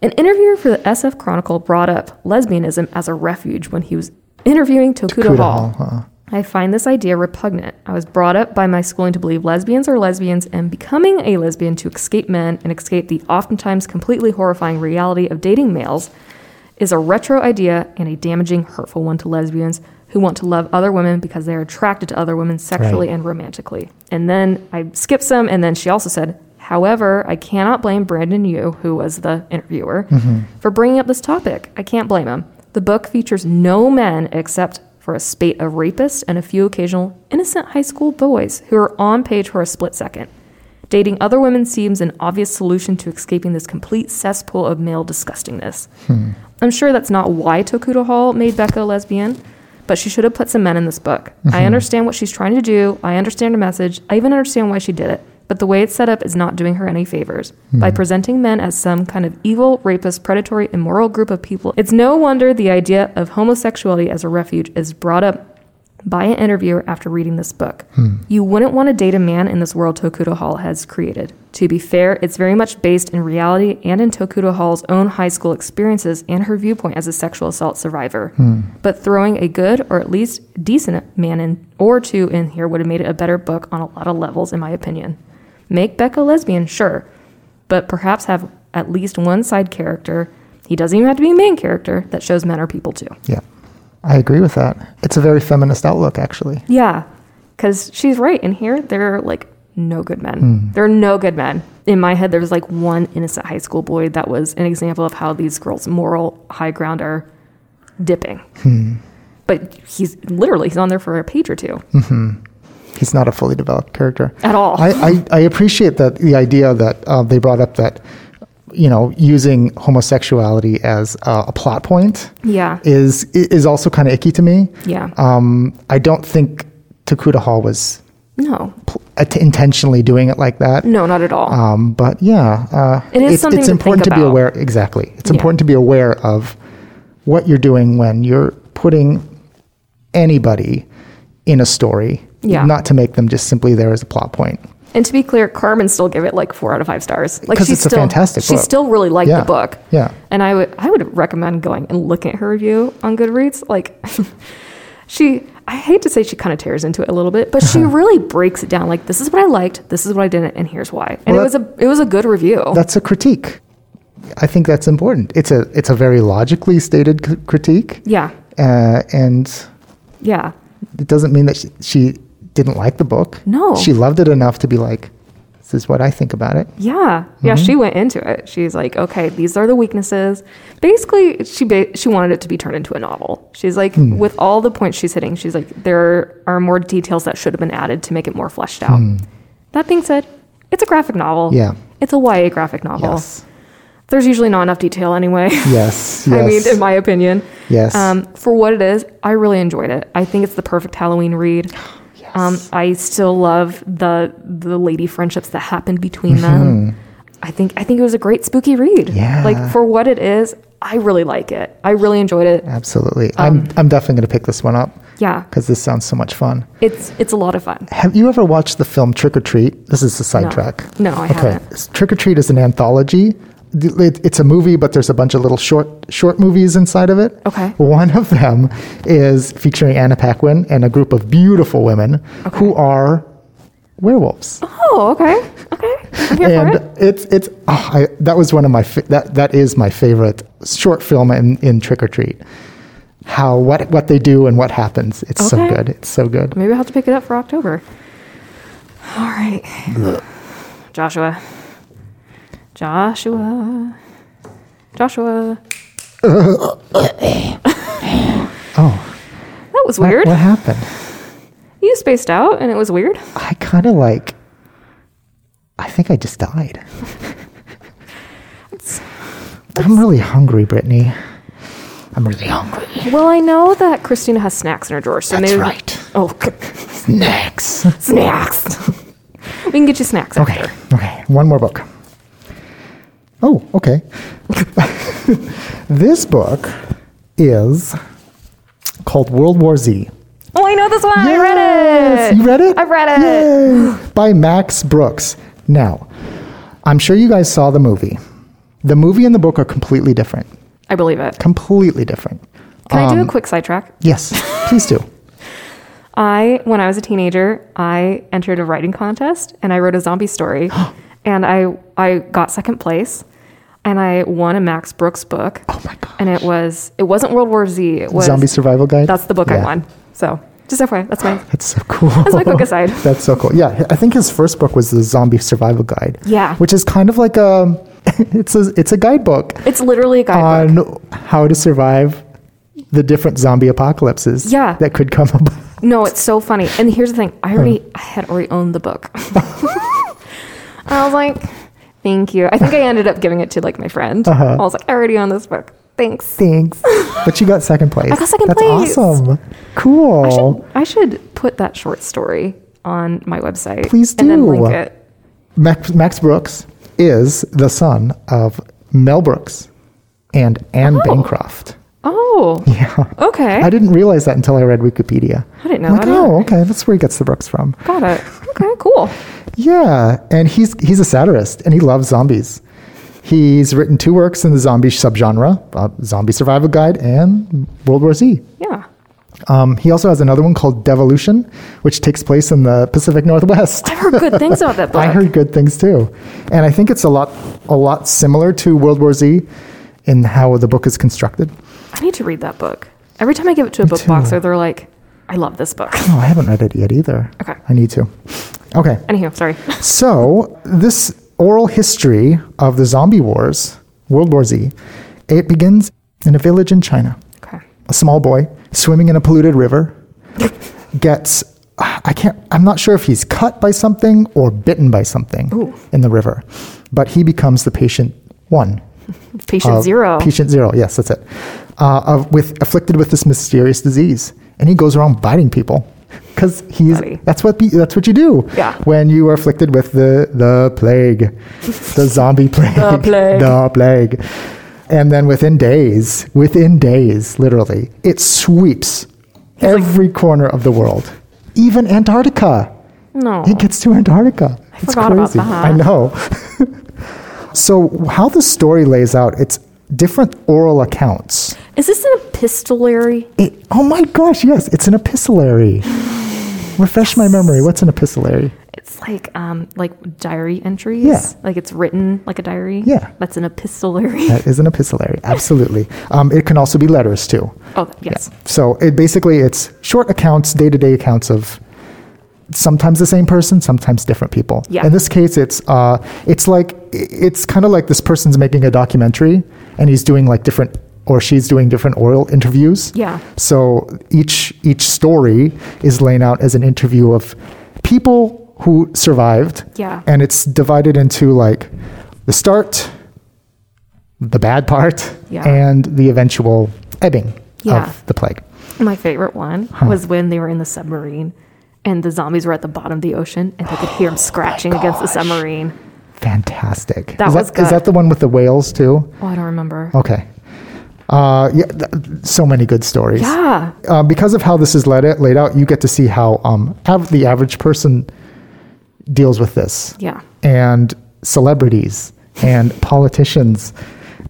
Speaker 1: an interviewer for the SF Chronicle brought up lesbianism as a refuge when he was interviewing Tokuda,
Speaker 2: Kudo
Speaker 1: Hall.
Speaker 2: Hall, Uh-uh. huh.
Speaker 1: I find this idea repugnant. I was brought up by my schooling to believe lesbians are lesbians and becoming a lesbian to escape men and escape the oftentimes completely horrifying reality of dating males is a retro idea and a damaging, hurtful one to lesbians who want to love other women because they are attracted to other women sexually
Speaker 2: Right.
Speaker 1: and romantically. And then I skipped some, and then she also said, However, I cannot blame Brandon Yu, who was the interviewer, for bringing up this topic. I can't blame him. The book features no men except for a spate of rapists and a few occasional innocent high school boys who are on page for a split second. Dating other women seems an obvious solution to escaping this complete cesspool of male disgustingness. I'm sure that's not why Tokuda Hall made Becca a lesbian, but she should have put some men in this book. I understand what she's trying to do. I understand her message. I even understand why she did it. But the way it's set up is not doing her any favors. By presenting men as some kind of evil, rapist, predatory, immoral group of people, it's no wonder the idea of homosexuality as a refuge is brought up by an interviewer after reading this book. You wouldn't want to date a man in this world Tokudo Hall has created. To be fair, it's very much based in reality and in Tokudo Hall's own high school experiences and her viewpoint as a sexual assault survivor. But throwing a good or at least decent man in or two in here would have made it a better book on a lot of levels, in my opinion. Make Becca lesbian, sure, but perhaps have at least one side character. He doesn't even have to be a main character that shows men are people too.
Speaker 2: Yeah. I agree with that. It's a very feminist outlook, actually.
Speaker 1: Yeah, because she's right. In here, there are like no good men.
Speaker 2: Hmm.
Speaker 1: There are no good men. In my head, there was like one innocent high school boy that was an example of how these girls' moral high ground are dipping.
Speaker 2: Hmm.
Speaker 1: But he's literally he's on there for a page or two
Speaker 2: He's not a fully developed character.
Speaker 1: at all.
Speaker 2: Hmm. I, I, I appreciate that the idea that uh, they brought up that you know using homosexuality as uh, a plot point
Speaker 1: yeah,
Speaker 2: is is also kind of icky to me.
Speaker 1: yeah.
Speaker 2: Um, I don't think Takuda Hall was
Speaker 1: no,
Speaker 2: pl- at- intentionally doing it like that.
Speaker 1: no, not at all.
Speaker 2: Um, but yeah, uh,
Speaker 1: It is something
Speaker 2: it's
Speaker 1: to
Speaker 2: important
Speaker 1: think
Speaker 2: to be
Speaker 1: about.
Speaker 2: aware. Exactly, it's
Speaker 1: Yeah.
Speaker 2: important to be aware of what you're doing when you're putting anybody in a story.
Speaker 1: Yeah.
Speaker 2: not to make them just simply there as a plot point.
Speaker 1: and to be clear, Carmen still gave it like four out of five stars. Like
Speaker 2: 'Cause
Speaker 1: she
Speaker 2: it's a
Speaker 1: still,
Speaker 2: fantastic
Speaker 1: She
Speaker 2: book.
Speaker 1: still really liked
Speaker 2: Yeah,
Speaker 1: the book.
Speaker 2: yeah.
Speaker 1: and I would I would recommend going and looking at her review on Goodreads. Like, [LAUGHS] she I hate to say she kind of tears into it a little bit, but she really breaks it down. Like, this is what I liked, this is what I didn't, and here's why. And
Speaker 2: Well,
Speaker 1: it was a it was a good review.
Speaker 2: That's a critique. I think that's important. It's a it's a very logically stated c- critique,
Speaker 1: yeah,
Speaker 2: uh, and
Speaker 1: yeah,
Speaker 2: it doesn't mean that she, she didn't like the book.
Speaker 1: No.
Speaker 2: she loved it enough to be like, This is what I think about it.
Speaker 1: Yeah. Yeah,
Speaker 2: Mm-hmm.
Speaker 1: she went into it. She's like, "Okay, these are the weaknesses." Basically, she ba- she wanted it to be turned into a novel. She's like,
Speaker 2: Hmm.
Speaker 1: with all the points she's hitting, she's like, "There are more details that should have been added to make it more fleshed out." That being said, it's a graphic novel.
Speaker 2: Hmm. Yeah.
Speaker 1: It's a YA graphic novel.
Speaker 2: Yes.
Speaker 1: There's usually not enough detail anyway. [LAUGHS]
Speaker 2: Yes.
Speaker 1: I mean,
Speaker 2: yes.
Speaker 1: in my opinion.
Speaker 2: Yes.
Speaker 1: Um, for what it is, I really enjoyed it. I think it's the perfect Halloween
Speaker 2: [GASPS]
Speaker 1: read. Um, I still love the the lady friendships that happened between them. I think I think it was a great spooky read.
Speaker 2: Mm-hmm. Yeah.
Speaker 1: Like for what it is, I really like it. I really enjoyed it. um,
Speaker 2: Absolutely. I'm I'm definitely going to pick this one up
Speaker 1: Yeah.
Speaker 2: because this sounds so much fun.
Speaker 1: It's it's a lot of fun.
Speaker 2: Have you ever watched the film Trick or Treat? This is a sidetrack.
Speaker 1: No, I haven't.
Speaker 2: Trick or Treat is an anthology. It- It's a movie, but there's a bunch of little short short movies inside of it.
Speaker 1: Okay.
Speaker 2: One of them is featuring Anna Paquin and a group of beautiful women who are werewolves.
Speaker 1: Oh, okay. Okay. I'm here
Speaker 2: and
Speaker 1: for it.
Speaker 2: it's it's oh, I, that was one of my fa- that that is my favorite short film in, in Trick or Treat. How what what they do and what happens. It's so
Speaker 1: Okay.
Speaker 2: good. It's so good.
Speaker 1: Maybe I'll have to pick it up for October. All right. Joshua. Joshua.
Speaker 2: [COUGHS]
Speaker 1: Joshua.
Speaker 2: Oh,
Speaker 1: That was
Speaker 2: what-
Speaker 1: weird.
Speaker 2: what happened?
Speaker 1: You spaced out and it was weird.
Speaker 2: I kind of like. I think I just died. I'm really hungry, Brittany. I'm really hungry.
Speaker 1: Well, I know that Christina has snacks in her drawer, so
Speaker 2: That's
Speaker 1: maybe
Speaker 2: right.
Speaker 1: Oh,
Speaker 2: Snacks.
Speaker 1: snacks. [LAUGHS] we can get you snacks.
Speaker 2: Okay. Okay. One more book. Oh, okay. [LAUGHS] this book is called World War Z.
Speaker 1: Oh, I know this one. I read
Speaker 2: Yes!
Speaker 1: it.
Speaker 2: You read it?
Speaker 1: I've read it.
Speaker 2: Yay! By Max Brooks. Now, I'm sure you guys saw the movie. The movie and the book are completely different.
Speaker 1: I believe it.
Speaker 2: Completely different.
Speaker 1: Can I
Speaker 2: Um,
Speaker 1: do a quick sidetrack?
Speaker 2: Yes, please do.
Speaker 1: I, when I was a teenager, I entered a writing contest and I wrote a zombie
Speaker 2: [GASPS]
Speaker 1: story, and I I got second place, and I won a Max Brooks book.
Speaker 2: Oh my god.
Speaker 1: And it was it wasn't World War Z. It [LAUGHS] was
Speaker 2: Zombie Survival Guide?
Speaker 1: That's the book I
Speaker 2: Yeah.
Speaker 1: won. So just FYI, that's
Speaker 2: [GASPS]
Speaker 1: my
Speaker 2: That's so cool.
Speaker 1: That's my quick aside.
Speaker 2: [LAUGHS] That's so cool. Yeah, I think his first book was the Zombie Survival Guide.
Speaker 1: Yeah.
Speaker 2: Which is kind of like a [LAUGHS] it's a it's a guidebook
Speaker 1: It's literally a guidebook.
Speaker 2: on how to survive the different zombie apocalypses
Speaker 1: Yeah.
Speaker 2: that could come up.
Speaker 1: no, it's so funny. And here's the thing: I already I had already owned the
Speaker 2: [LAUGHS]
Speaker 1: book. [LAUGHS] I was like, "Thank you." I think I ended up giving it to like my friend.
Speaker 2: Uh-huh.
Speaker 1: I was like, "I already own this book. [LAUGHS] Thanks."
Speaker 2: Thanks. But you got second place. I
Speaker 1: got second
Speaker 2: That's
Speaker 1: place.
Speaker 2: awesome. Cool.
Speaker 1: I should, I should put that short story on my website.
Speaker 2: Please
Speaker 1: And then
Speaker 2: do.
Speaker 1: link it.
Speaker 2: Max, Max Brooks is the son of Mel Brooks and Anne Bancroft. [LAUGHS]
Speaker 1: Oh.
Speaker 2: Yeah.
Speaker 1: Okay.
Speaker 2: I didn't realize that until I read Wikipedia.
Speaker 1: I didn't know
Speaker 2: I'm like,
Speaker 1: that
Speaker 2: oh, okay, that's where he gets the books from.
Speaker 1: Got it. Okay. Cool.
Speaker 2: Yeah, and he's he's a satirist, and he loves zombies. He's written two works in the zombie subgenre: uh, Zombie Survival Guide and World War Z.
Speaker 1: Yeah.
Speaker 2: Um, he also has another one called Devolution, which takes place in the Pacific
Speaker 1: [LAUGHS]
Speaker 2: Northwest.
Speaker 1: I heard good things about that book.
Speaker 2: [LAUGHS] I heard good things too, and I think it's a lot a lot similar to World War Z in how the book is constructed.
Speaker 1: I need to read that book. Every time I give it to a book
Speaker 2: too.
Speaker 1: boxer, they're like, "I love this
Speaker 2: [LAUGHS]
Speaker 1: book."
Speaker 2: Oh, I haven't read it yet either.
Speaker 1: Okay.
Speaker 2: I need to. Okay,
Speaker 1: Anywho, sorry.
Speaker 2: So this oral history of the zombie wars, World War Z, it begins in a village in China.
Speaker 1: Okay.
Speaker 2: A small boy swimming in a polluted river gets I can't I'm not sure if he's cut by something or bitten by something in the river, but he becomes the patient one.
Speaker 1: Patient
Speaker 2: of-
Speaker 1: zero.
Speaker 2: Uh, Patient zero. Yes, that's it. Uh, of, with afflicted with this mysterious disease, and he goes around biting people because he's
Speaker 1: Buddy.
Speaker 2: that's what be, that's what you do.
Speaker 1: Yeah.
Speaker 2: When you are afflicted with the the
Speaker 1: [LAUGHS]
Speaker 2: plague, the zombie plague,
Speaker 1: The plague.
Speaker 2: the plague, and then within days, within days, literally, it sweeps every corner of the world, even Antarctica.
Speaker 1: no.
Speaker 2: He gets to Antarctica. it's
Speaker 1: forgot about
Speaker 2: crazy.
Speaker 1: that.
Speaker 2: I know. [LAUGHS] so how the story lays out, it's different oral accounts.
Speaker 1: Is this an epistolary?
Speaker 2: It, oh my gosh, yes, it's an epistolary. [SIGHS] Refresh my memory. What's an epistolary?
Speaker 1: It's like um like diary entries.
Speaker 2: Yeah.
Speaker 1: Like it's written like a diary.
Speaker 2: Yeah.
Speaker 1: That's an epistolary.
Speaker 2: That is an epistolary. Absolutely. Um, it can also be letters too.
Speaker 1: [LAUGHS] oh yes.
Speaker 2: So it basically it's short accounts, day to day accounts of sometimes the same person, sometimes different people.
Speaker 1: Yeah.
Speaker 2: In this case, it's uh, it's like it's kind of like this person's making a documentary, and he's doing like different or she's doing different oral interviews.
Speaker 1: Yeah.
Speaker 2: So each each story is laying out as an interview of people who survived.
Speaker 1: Yeah.
Speaker 2: And it's divided into like the start, the bad part,
Speaker 1: Yeah.
Speaker 2: and the eventual ebbing
Speaker 1: Yeah.
Speaker 2: of the plague.
Speaker 1: My favorite one was when they were in the submarine and the zombies were at the bottom of the ocean and they could hear them
Speaker 2: Oh
Speaker 1: scratching against the submarine.
Speaker 2: Fantastic.
Speaker 1: That
Speaker 2: is
Speaker 1: was
Speaker 2: Is
Speaker 1: good.
Speaker 2: that the one with the whales too?
Speaker 1: Oh, I don't remember.
Speaker 2: Okay. Uh, yeah, th- so many good stories.
Speaker 1: Yeah.
Speaker 2: Uh, because of how this is laid, laid out, you get to see how um, av- the average person deals with this.
Speaker 1: Yeah.
Speaker 2: and celebrities
Speaker 1: [LAUGHS]
Speaker 2: and politicians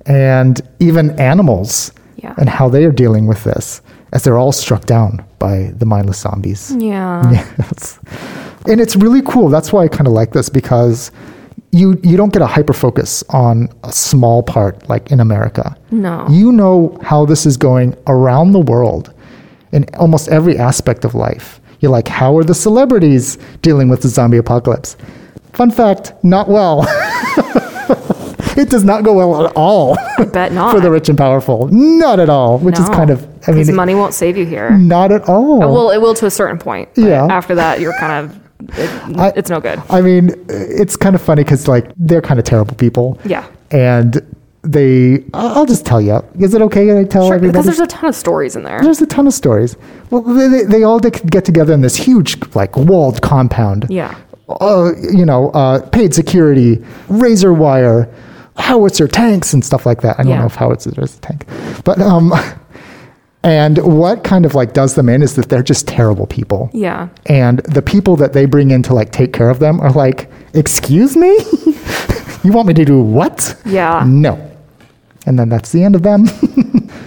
Speaker 2: and even animals
Speaker 1: Yeah.
Speaker 2: and how they are dealing with this as they're all struck down by the mindless
Speaker 1: Mm.
Speaker 2: zombies.
Speaker 1: Yeah.
Speaker 2: [LAUGHS] Yes. And it's really cool. That's why I kind of like this because you you don't get a hyper focus on a small part like in America.
Speaker 1: No.
Speaker 2: You know how this is going around the world in almost every aspect of life. You're like, how are the celebrities dealing with the zombie apocalypse? Fun fact, not well. [LAUGHS] it does not go well at all [LAUGHS]
Speaker 1: I bet not.
Speaker 2: for the rich and powerful. Not at all, which is
Speaker 1: No.
Speaker 2: kind of, I
Speaker 1: 'Cause
Speaker 2: mean,
Speaker 1: money won't save you here.
Speaker 2: not at all.
Speaker 1: Well, it will to a certain point. but
Speaker 2: Yeah.
Speaker 1: After that, you're kind of, it,
Speaker 2: I-
Speaker 1: it's no good.
Speaker 2: I mean, it's kind of funny because like they're kind of terrible people.
Speaker 1: Yeah.
Speaker 2: And they, I- I'll just tell you. Is it okay that I tell
Speaker 1: Sure, because
Speaker 2: everybody?
Speaker 1: there's a ton of stories in there.
Speaker 2: There's a ton of stories. Well, they, they, they all dec- get together in this huge like walled compound.
Speaker 1: Yeah.
Speaker 2: Uh, you know, uh, paid security, razor wire, howitzer tanks and stuff like that. I don't
Speaker 1: Yeah.
Speaker 2: know if howitzer is a tank, but um, [LAUGHS] and what kind of like does them in is that they're just terrible people.
Speaker 1: Yeah.
Speaker 2: And the people that they bring in to like take care of them are like, excuse me? [LAUGHS] you want me to do what?
Speaker 1: Yeah.
Speaker 2: No. And then that's the end of them.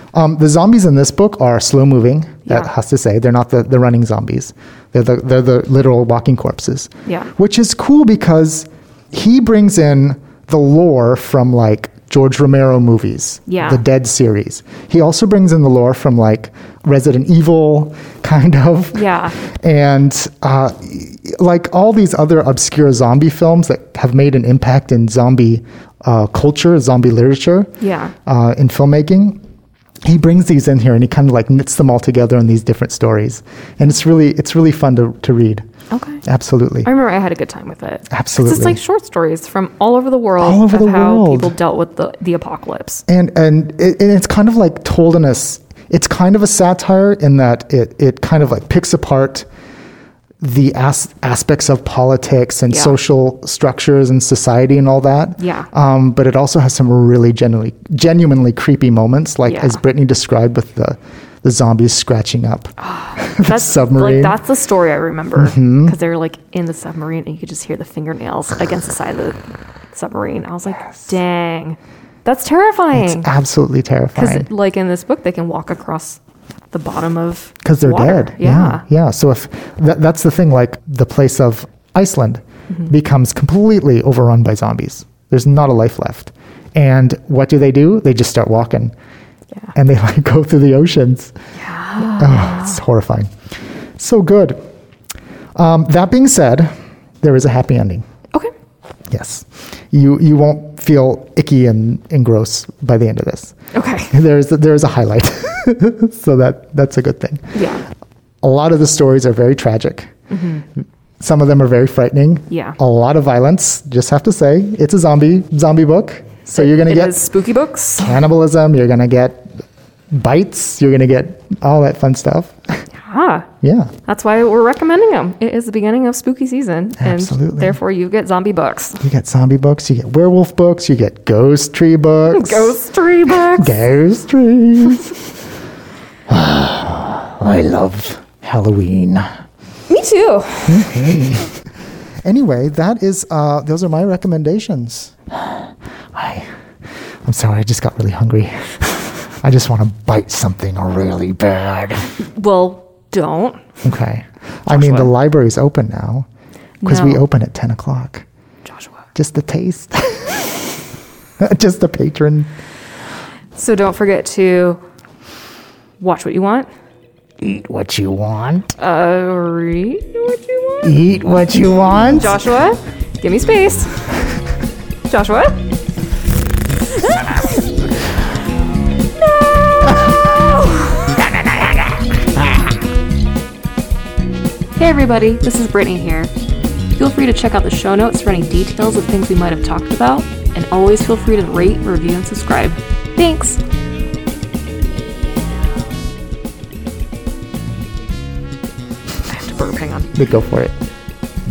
Speaker 2: [LAUGHS] um, the zombies in this book are slow moving, that
Speaker 1: Yeah.
Speaker 2: has to say. They're not the, the running zombies, they're the, they're the literal walking corpses.
Speaker 1: Yeah.
Speaker 2: Which is cool because he brings in the lore from like George Romero movies,
Speaker 1: Yeah.
Speaker 2: the Dead series. He also brings in the lore from like Resident Evil, [LAUGHS] kind of
Speaker 1: Yeah.
Speaker 2: and uh, like all these other obscure zombie films that have made an impact in zombie uh, culture, zombie literature,
Speaker 1: Yeah.
Speaker 2: uh, in filmmaking. He brings these in here and he kind of like knits them all together in these different stories, and it's really it's really fun to to read.
Speaker 1: Okay.
Speaker 2: Absolutely,
Speaker 1: I remember I had a good time with it. 'Cause
Speaker 2: Absolutely.
Speaker 1: It's like short stories from all over the world
Speaker 2: All over
Speaker 1: of
Speaker 2: the
Speaker 1: how
Speaker 2: world.
Speaker 1: people dealt with the, the
Speaker 2: [LAUGHS]
Speaker 1: apocalypse.
Speaker 2: and and it, and it's kind of like told in a s- it's kind of a satire in that it it kind of like picks apart the as- aspects of politics and
Speaker 1: Yeah.
Speaker 2: social structures and society and all that.
Speaker 1: Yeah.
Speaker 2: Um, but it also has some really genuinely genuinely creepy moments, like
Speaker 1: Yeah.
Speaker 2: as Brittany described with the the zombies scratching up.
Speaker 1: That's
Speaker 2: submarine.
Speaker 1: Like,
Speaker 2: Mm-hmm.
Speaker 1: that's the story I remember because they were like in the submarine and you could just hear the fingernails against the side of the submarine. I was like, dang, that's terrifying.
Speaker 2: It's absolutely
Speaker 1: Because
Speaker 2: terrifying
Speaker 1: like in this book, they can walk across the bottom of
Speaker 2: because they're
Speaker 1: water.
Speaker 2: dead.
Speaker 1: Yeah.
Speaker 2: yeah. So if that, that's the thing, like the place of Iceland
Speaker 1: Mm-hmm.
Speaker 2: becomes completely overrun by zombies. There's not a life left. And what do they do? They just start walking.
Speaker 1: Yeah.
Speaker 2: And they [LAUGHS] like go through the oceans. Oh, it's horrifying. So good. Um, that being said, there is a happy ending.
Speaker 1: Okay.
Speaker 2: Yes. You you won't feel icky and, and gross by the end of this. [LAUGHS]
Speaker 1: Okay.
Speaker 2: There's there's a highlight. [LAUGHS] so that that's a good thing.
Speaker 1: Yeah.
Speaker 2: A lot of the stories are very tragic. Some of them are very frightening.
Speaker 1: Mm-hmm. Yeah.
Speaker 2: A lot of violence, just have to say. It's a zombie zombie book. So you're going to
Speaker 1: It
Speaker 2: get
Speaker 1: is spooky books.
Speaker 2: cannibalism, you're going to get bites, you're going to get all that fun stuff.
Speaker 1: Yeah.
Speaker 2: yeah.
Speaker 1: That's why we're recommending them. It is the beginning of spooky season,
Speaker 2: Absolutely.
Speaker 1: and therefore you get zombie books,
Speaker 2: You get zombie books, you get werewolf books, you get ghost
Speaker 1: [LAUGHS]
Speaker 2: tree books.
Speaker 1: ghost tree books.
Speaker 2: Ghost trees.
Speaker 1: [LAUGHS]
Speaker 2: [SIGHS] I love Halloween.
Speaker 1: Me too.
Speaker 2: Anyway, that is uh, those are my recommendations. I, I'm sorry, I just got really hungry. [LAUGHS] I just want to bite something really bad.
Speaker 1: Well, don't.
Speaker 2: Okay. I mean, the library's open now because we
Speaker 1: No.
Speaker 2: open at 10 o'clock.
Speaker 1: Joshua.
Speaker 2: Just the taste. [LAUGHS] just the patron.
Speaker 1: So don't forget to watch what you want,
Speaker 2: Eat what you want.
Speaker 1: Uh, read what you want.
Speaker 2: Eat what you want.
Speaker 1: Joshua, give me space. Joshua. Hey everybody, this is Brittany here. Feel free to check out the show notes for any details of things we might have talked about, and always feel free to rate, review, and subscribe. Thanks! I have to burp, hang on.
Speaker 2: They go for it.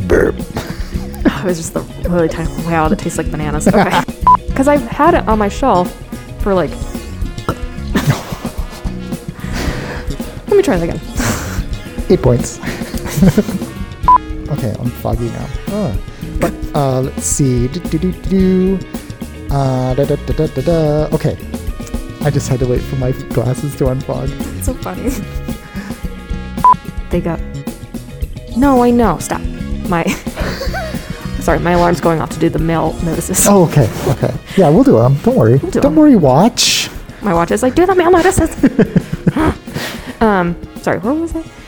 Speaker 2: Burp.
Speaker 1: It was just the really tiny. Wow, that tastes like bananas. [LAUGHS] Okay. Because I've had it on my shelf for [LAUGHS] like. Let me try that again.
Speaker 2: Eight points. [LAUGHS] okay, I'm foggy now. Huh. But uh, let's see. Do, do, do, do, do. Uh, da, da, da, da, da, da. Okay. I just had to wait for my glasses to unfog.
Speaker 1: It's so funny. They got. No, I know. Stop. My. [LAUGHS] Sorry, my alarm's going off to do the mail notices.
Speaker 2: Oh, okay. Okay. Yeah, we'll do them. Don't worry.
Speaker 1: do
Speaker 2: Don't
Speaker 1: 'em.
Speaker 2: worry, watch.
Speaker 1: [LAUGHS] [GASPS] My watch is like, do the mail notices. um, sorry, where was I?